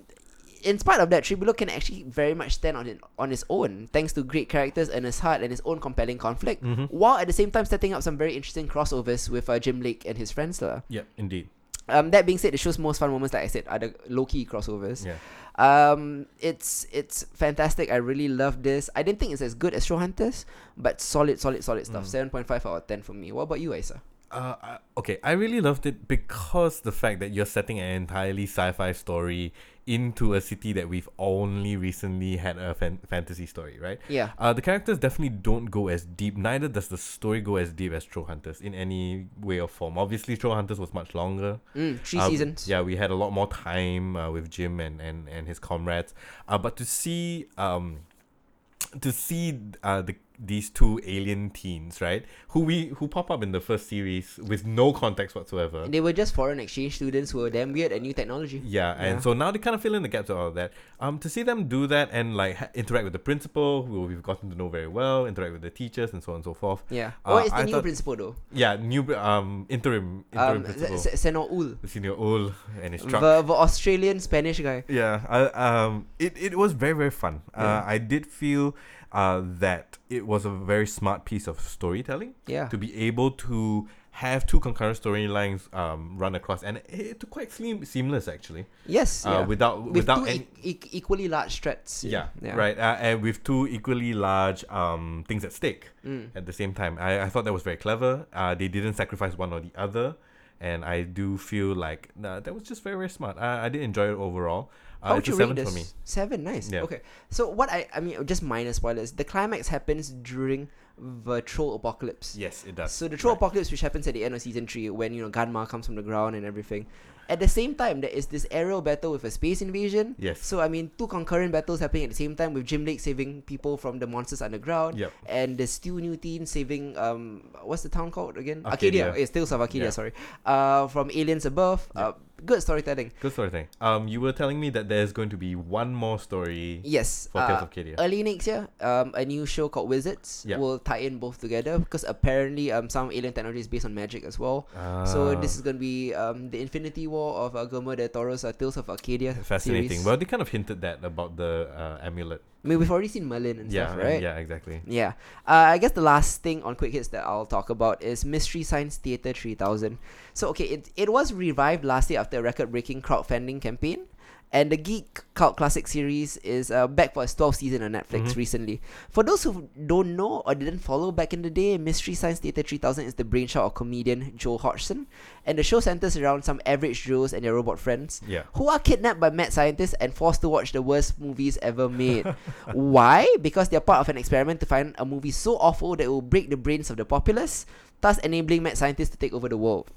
in spite of that, Tribulo can actually very much stand on it on its own, thanks to great characters and his heart and his own compelling conflict, Mm-hmm. while at the same time setting up some very interesting crossovers with uh, Jim Lake and his friends. Lah. Yep. Indeed. Um, that being said, the show's most fun moments, like I said, are the low key crossovers. Yeah. Um, it's it's fantastic. I really love this. I didn't think it's as good as Showhunters, but solid, solid, solid stuff. Mm. Seven point five out of ten for me. What about you, Isa? Uh, I- okay, I really loved it because the fact that you're setting an entirely sci-fi story into a city that we've only recently had a fan- fantasy story, right? Yeah. Uh, the characters definitely don't go as deep. Neither does the story go as deep as Troll Hunters in any way or form. Obviously, Troll Hunters was much longer. Mm, three Uh, seasons. Yeah, we had a lot more time uh, with Jim and, and, and his comrades. Uh, but to see um, to see uh, the these two alien teens, right, who we who pop up in the first series with no context whatsoever. They were just foreign exchange students who were damn weird at new technology. Yeah, and Yeah. so now they kind of fill in the gaps of all of that. Um, to see them do that and like ha- interact with the principal, who we've gotten to know very well, interact with the teachers, and so on and so forth. Yeah. Uh, oh, it's the I new thought- principal though. Yeah, new br- um interim interim Um, principal, S- S- Senor Ul. the senior old and his truck. The, the Australian Spanish guy. Yeah, I, um, it, it was very, very fun. Uh, I did feel uh, that it was a very smart piece of storytelling Yeah. to be able to have two concurrent storylines um, run across, and it, it quite seam- seamless actually. Yes. Uh, yeah. Without With without two any, e- e- equally large threats. yeah, right, uh, and with two equally large um, things at stake Mm. at the same time. I, I thought that was very clever. Uh, they didn't sacrifice one or the other, and I do feel like nah, that was just very, very smart. I, I did enjoy it overall. How Uh, would it's a you seven rate this? for me. Seven, nice. Yeah. Okay. So what I I mean, just minor spoilers. The climax happens during the troll apocalypse. Yes, it does. So the troll Right. apocalypse, which happens at the end of season three, when you know Ganma comes from the ground and everything. At the same time, there is this aerial battle with a space invasion. Yes. So I mean, two concurrent battles happening at the same time with Jim Lake saving people from the monsters underground. Yep. And the still new teen saving um, what's the town called again? Arcadia. It's Tales of Arcadia. Yeah. Sorry. Uh, from aliens above. Yep. Uh, good storytelling. Good sort of thing. Um, you were telling me that there's going to be one more story Yes. for Tales uh, of Cadia. Early next year, um, a new show called Wizards Yep. will tie in both together because apparently um, some alien technology is based on magic as well. Ah, So this is gonna be um, the Infinity War of uh, Guillermo del Toro's uh, Tales of Arcadia. fascinating. Series. Well, they kind of hinted that about the uh, amulet. I mean, we've already seen Merlin and yeah, stuff, and- right? Yeah, exactly. Yeah. Uh, I guess the last thing on Quick Hits that I'll talk about is Mystery Science Theater 3000. So, okay, it, it was revived last year after a record breaking crowdfunding campaign. And the Geek Cult Classic series is uh, back for its 12th season on Netflix recently. For those who don't know or didn't follow back in the day, Mystery Science Theater 3000 is the brainchild of comedian Joe Hodgson. And the show centers around some average Joes and their robot friends Yeah. who are kidnapped by mad scientists and forced to watch the worst movies ever made. Why? Because they're part of an experiment to find a movie so awful that it will break the brains of the populace, thus enabling mad scientists to take over the world.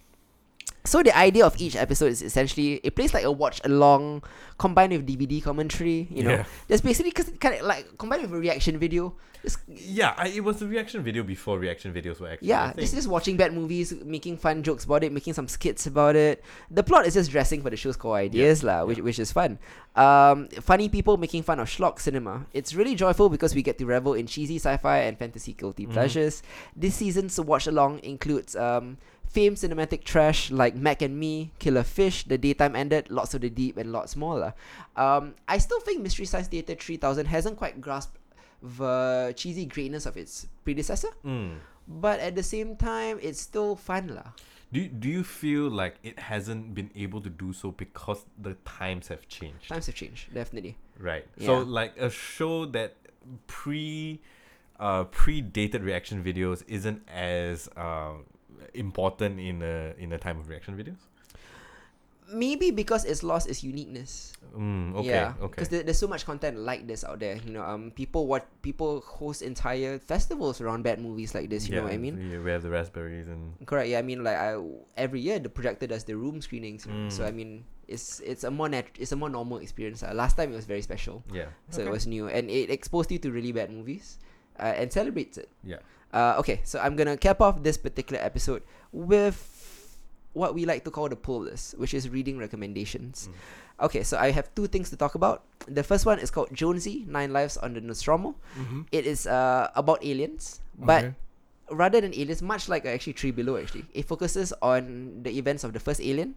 So the idea of each episode is essentially it plays like a watch along combined with DVD commentary, you know. Yeah. That's basically cause kind of like combined with a reaction video. It's- Yeah, I, it was a reaction video before reaction videos were actually. a yeah, this thing. is watching bad movies, making fun jokes about it, making some skits about it. The plot is just dressing for the show's core ideas, lah, which, which is fun. Um, funny people making fun of schlock cinema. It's really joyful because we get to revel in cheesy sci-fi and fantasy guilty pleasures. This season's watch along includes um, Fame cinematic trash like Mac and Me, Killer Fish, The Daytime Ended, Lots of the Deep, and lots more. lah. Um, I still think Mystery Science Theater 3000 hasn't quite grasped the cheesy greatness of its predecessor, Mm. but at the same time, it's still fun. lah. Do you, do you feel like it hasn't been able to do so because the times have changed? Times have changed, definitely. Right. So Yeah. like a show that pre uh predated reaction videos isn't as uh, important in a in a time of reaction videos? Maybe because it's lost its uniqueness. Mm, okay, okay. Because there, there's so much content like this out there. You know, um, people what people host entire festivals around bad movies like this. You know what I mean? We, we have the raspberries and Correct. Yeah, I mean, like I every year the projector does the room screenings. Mm. So I mean, it's it's a more nat- it's a more normal experience. Uh, last time it was very special, yeah. so it was new, and it exposed you to really bad movies, uh, and celebrates it. Yeah. Uh, okay, so I'm gonna cap off this particular episode with what we like to call the pull list, which is reading recommendations. Okay, so I have two things to talk about. The first one is called Jonesy: Nine Lives on the Nostromo. Mhm. It is uh, about aliens, but Okay. rather than aliens, much like uh, actually Three Below, actually, it focuses on the events of the first alien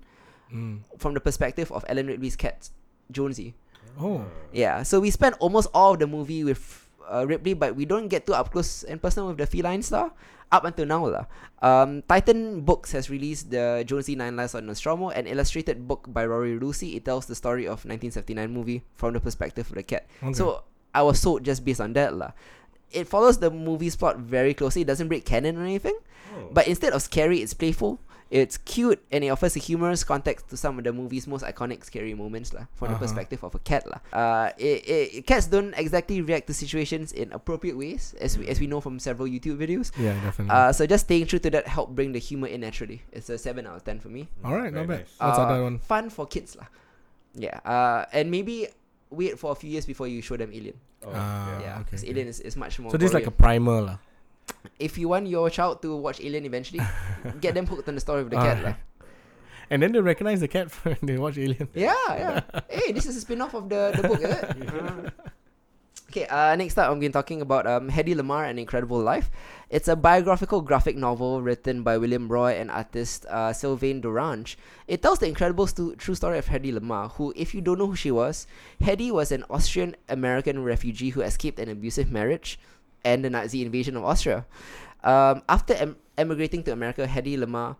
Mm. from the perspective of Alan Ridley's cat, Jonesy. Oh. Yeah, so we spent almost all of the movie with uh, Ripley, but we don't get too up close and personal with the feline star up until now. lah. Um, Titan Books has released the Jonesy Nine Lives on Nostromo, an illustrated book by Rory Lucy. It tells the story of 1979 movie from the perspective of the cat. Okay. So I was sold just based on that. lah. It follows the movie's plot very closely. It doesn't break canon or anything. But instead of scary, it's playful. It's cute and it offers a humorous context to some of the movie's most iconic scary moments lah, from the Uh-huh. perspective of a cat lah. Uh, it, it, cats don't exactly react to situations in appropriate ways, as we, as we know from several YouTube videos. Yeah, definitely. Uh, so just staying true to that helped bring the humor in naturally. It's a seven out of ten for me. All right, not Oh, bad. Very nice. What's Uh, other one? Fun for kids lah. Yeah. Uh, and maybe wait for a few years before you show them Alien. Oh, Ah, yeah. okay, Because okay. Alien is, is much more. So this is like a gory. primer, lah. if you want your child to watch Alien eventually, get them hooked on the story of Ah, the cat lah. Alright. And then they recognize the cat when they watch Alien. Yeah, yeah. hey, this is a spin-off of the, the book, is it? Okay, uh, next up, I'm going to be talking about um, Hedy Lamarr and Incredible Life. It's a biographical graphic novel written by William Roy and artist uh, Sylvain Durange. It tells the incredible stu- true story of Hedy Lamarr, who, if you don't know who she was, Hedy was an Austrian American refugee who escaped an abusive marriage and the Nazi invasion of Austria. Um, after em- emigrating to America, Hedy Lamarr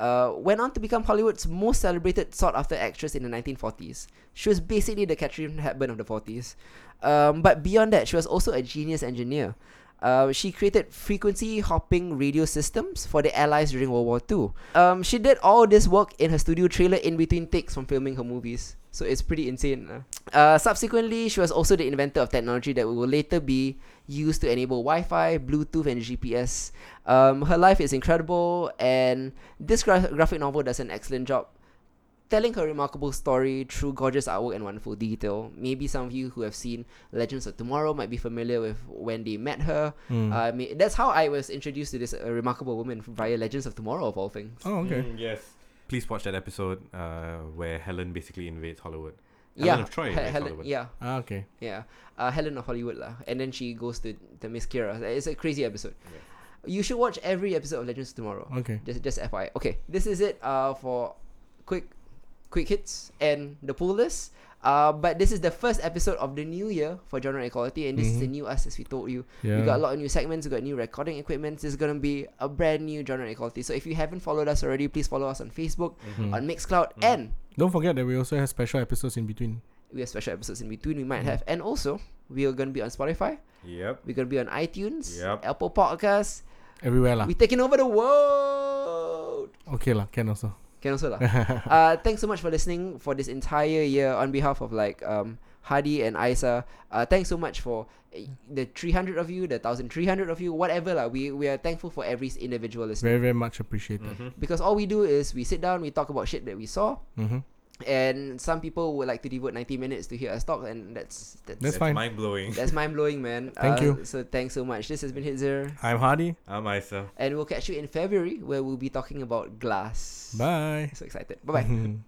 uh, went on to become Hollywood's most celebrated, sought after actress in the 1940s. She was basically the Catherine Hepburn of the 40s. Um, but beyond that, she was also a genius engineer. Uh, she created frequency hopping radio systems for the Allies during World War II. Um, she did all this work in her studio trailer in between takes from filming her movies. So it's pretty insane. lah. Uh, subsequently, she was also the inventor of technology that will later be used to enable Wi Fi, Bluetooth, and GPS. Um, her life is incredible, and this gra- graphic novel does an excellent job telling her remarkable story through gorgeous artwork and wonderful detail. Maybe some of you who have seen Legends of Tomorrow might be familiar with when they met her. Hmm. Mm. Uh, may- that's how I was introduced to this uh, remarkable woman via Legends of Tomorrow, of all things. Oh, okay. Mm, yes. Please watch that episode uh, where Helen basically invades Hollywood. yeah, Helen of Troy He- invades Helen, Hollywood. yeah, Ah, okay. yeah, uh, Helen of Hollywood lah. And then she goes to the Miss Kira. It's a crazy episode. You should watch every episode of Legends of Tomorrow. Okay. Just just FYI. Okay, this is it uh, for quick quick hits and the pool list. Uh, but this is the first episode of the new year for genre equality, and this is the new us as we told you. We Yeah. got a lot of new segments. We got new recording equipment. This is gonna be a brand new genre equality. So if you haven't followed us already, please follow us on Facebook, on Mixcloud, and Mm. Don't forget that we also have special episodes in between. we have special episodes in between. We might have, and also we are gonna be on Spotify. Yep. We're gonna be on iTunes, Yep. Apple Podcasts. Everywhere, lah. We're taking over the world. Okay, lah. Can also. Can also lah. uh, thanks so much for listening for this entire year on behalf of like um Hadi and Isa. Uh, thanks so much for uh, the 300 of you, the 1,300 of you, whatever lah. We we are thankful for every individual listener Very, very much appreciated. because all we do is we sit down, we talk about shit that we saw, Mhm. and some people would like to devote 90 minutes to hear us talk, and that's that's That's that's, fine. Mind blowing. mind blowing, man. Uh, Thank you. So thanks so much. This has been Hitzer, I'm Hardy. I'm Isa. and we'll catch you in February where we'll be talking about glass. Bye. So excited. Bye bye.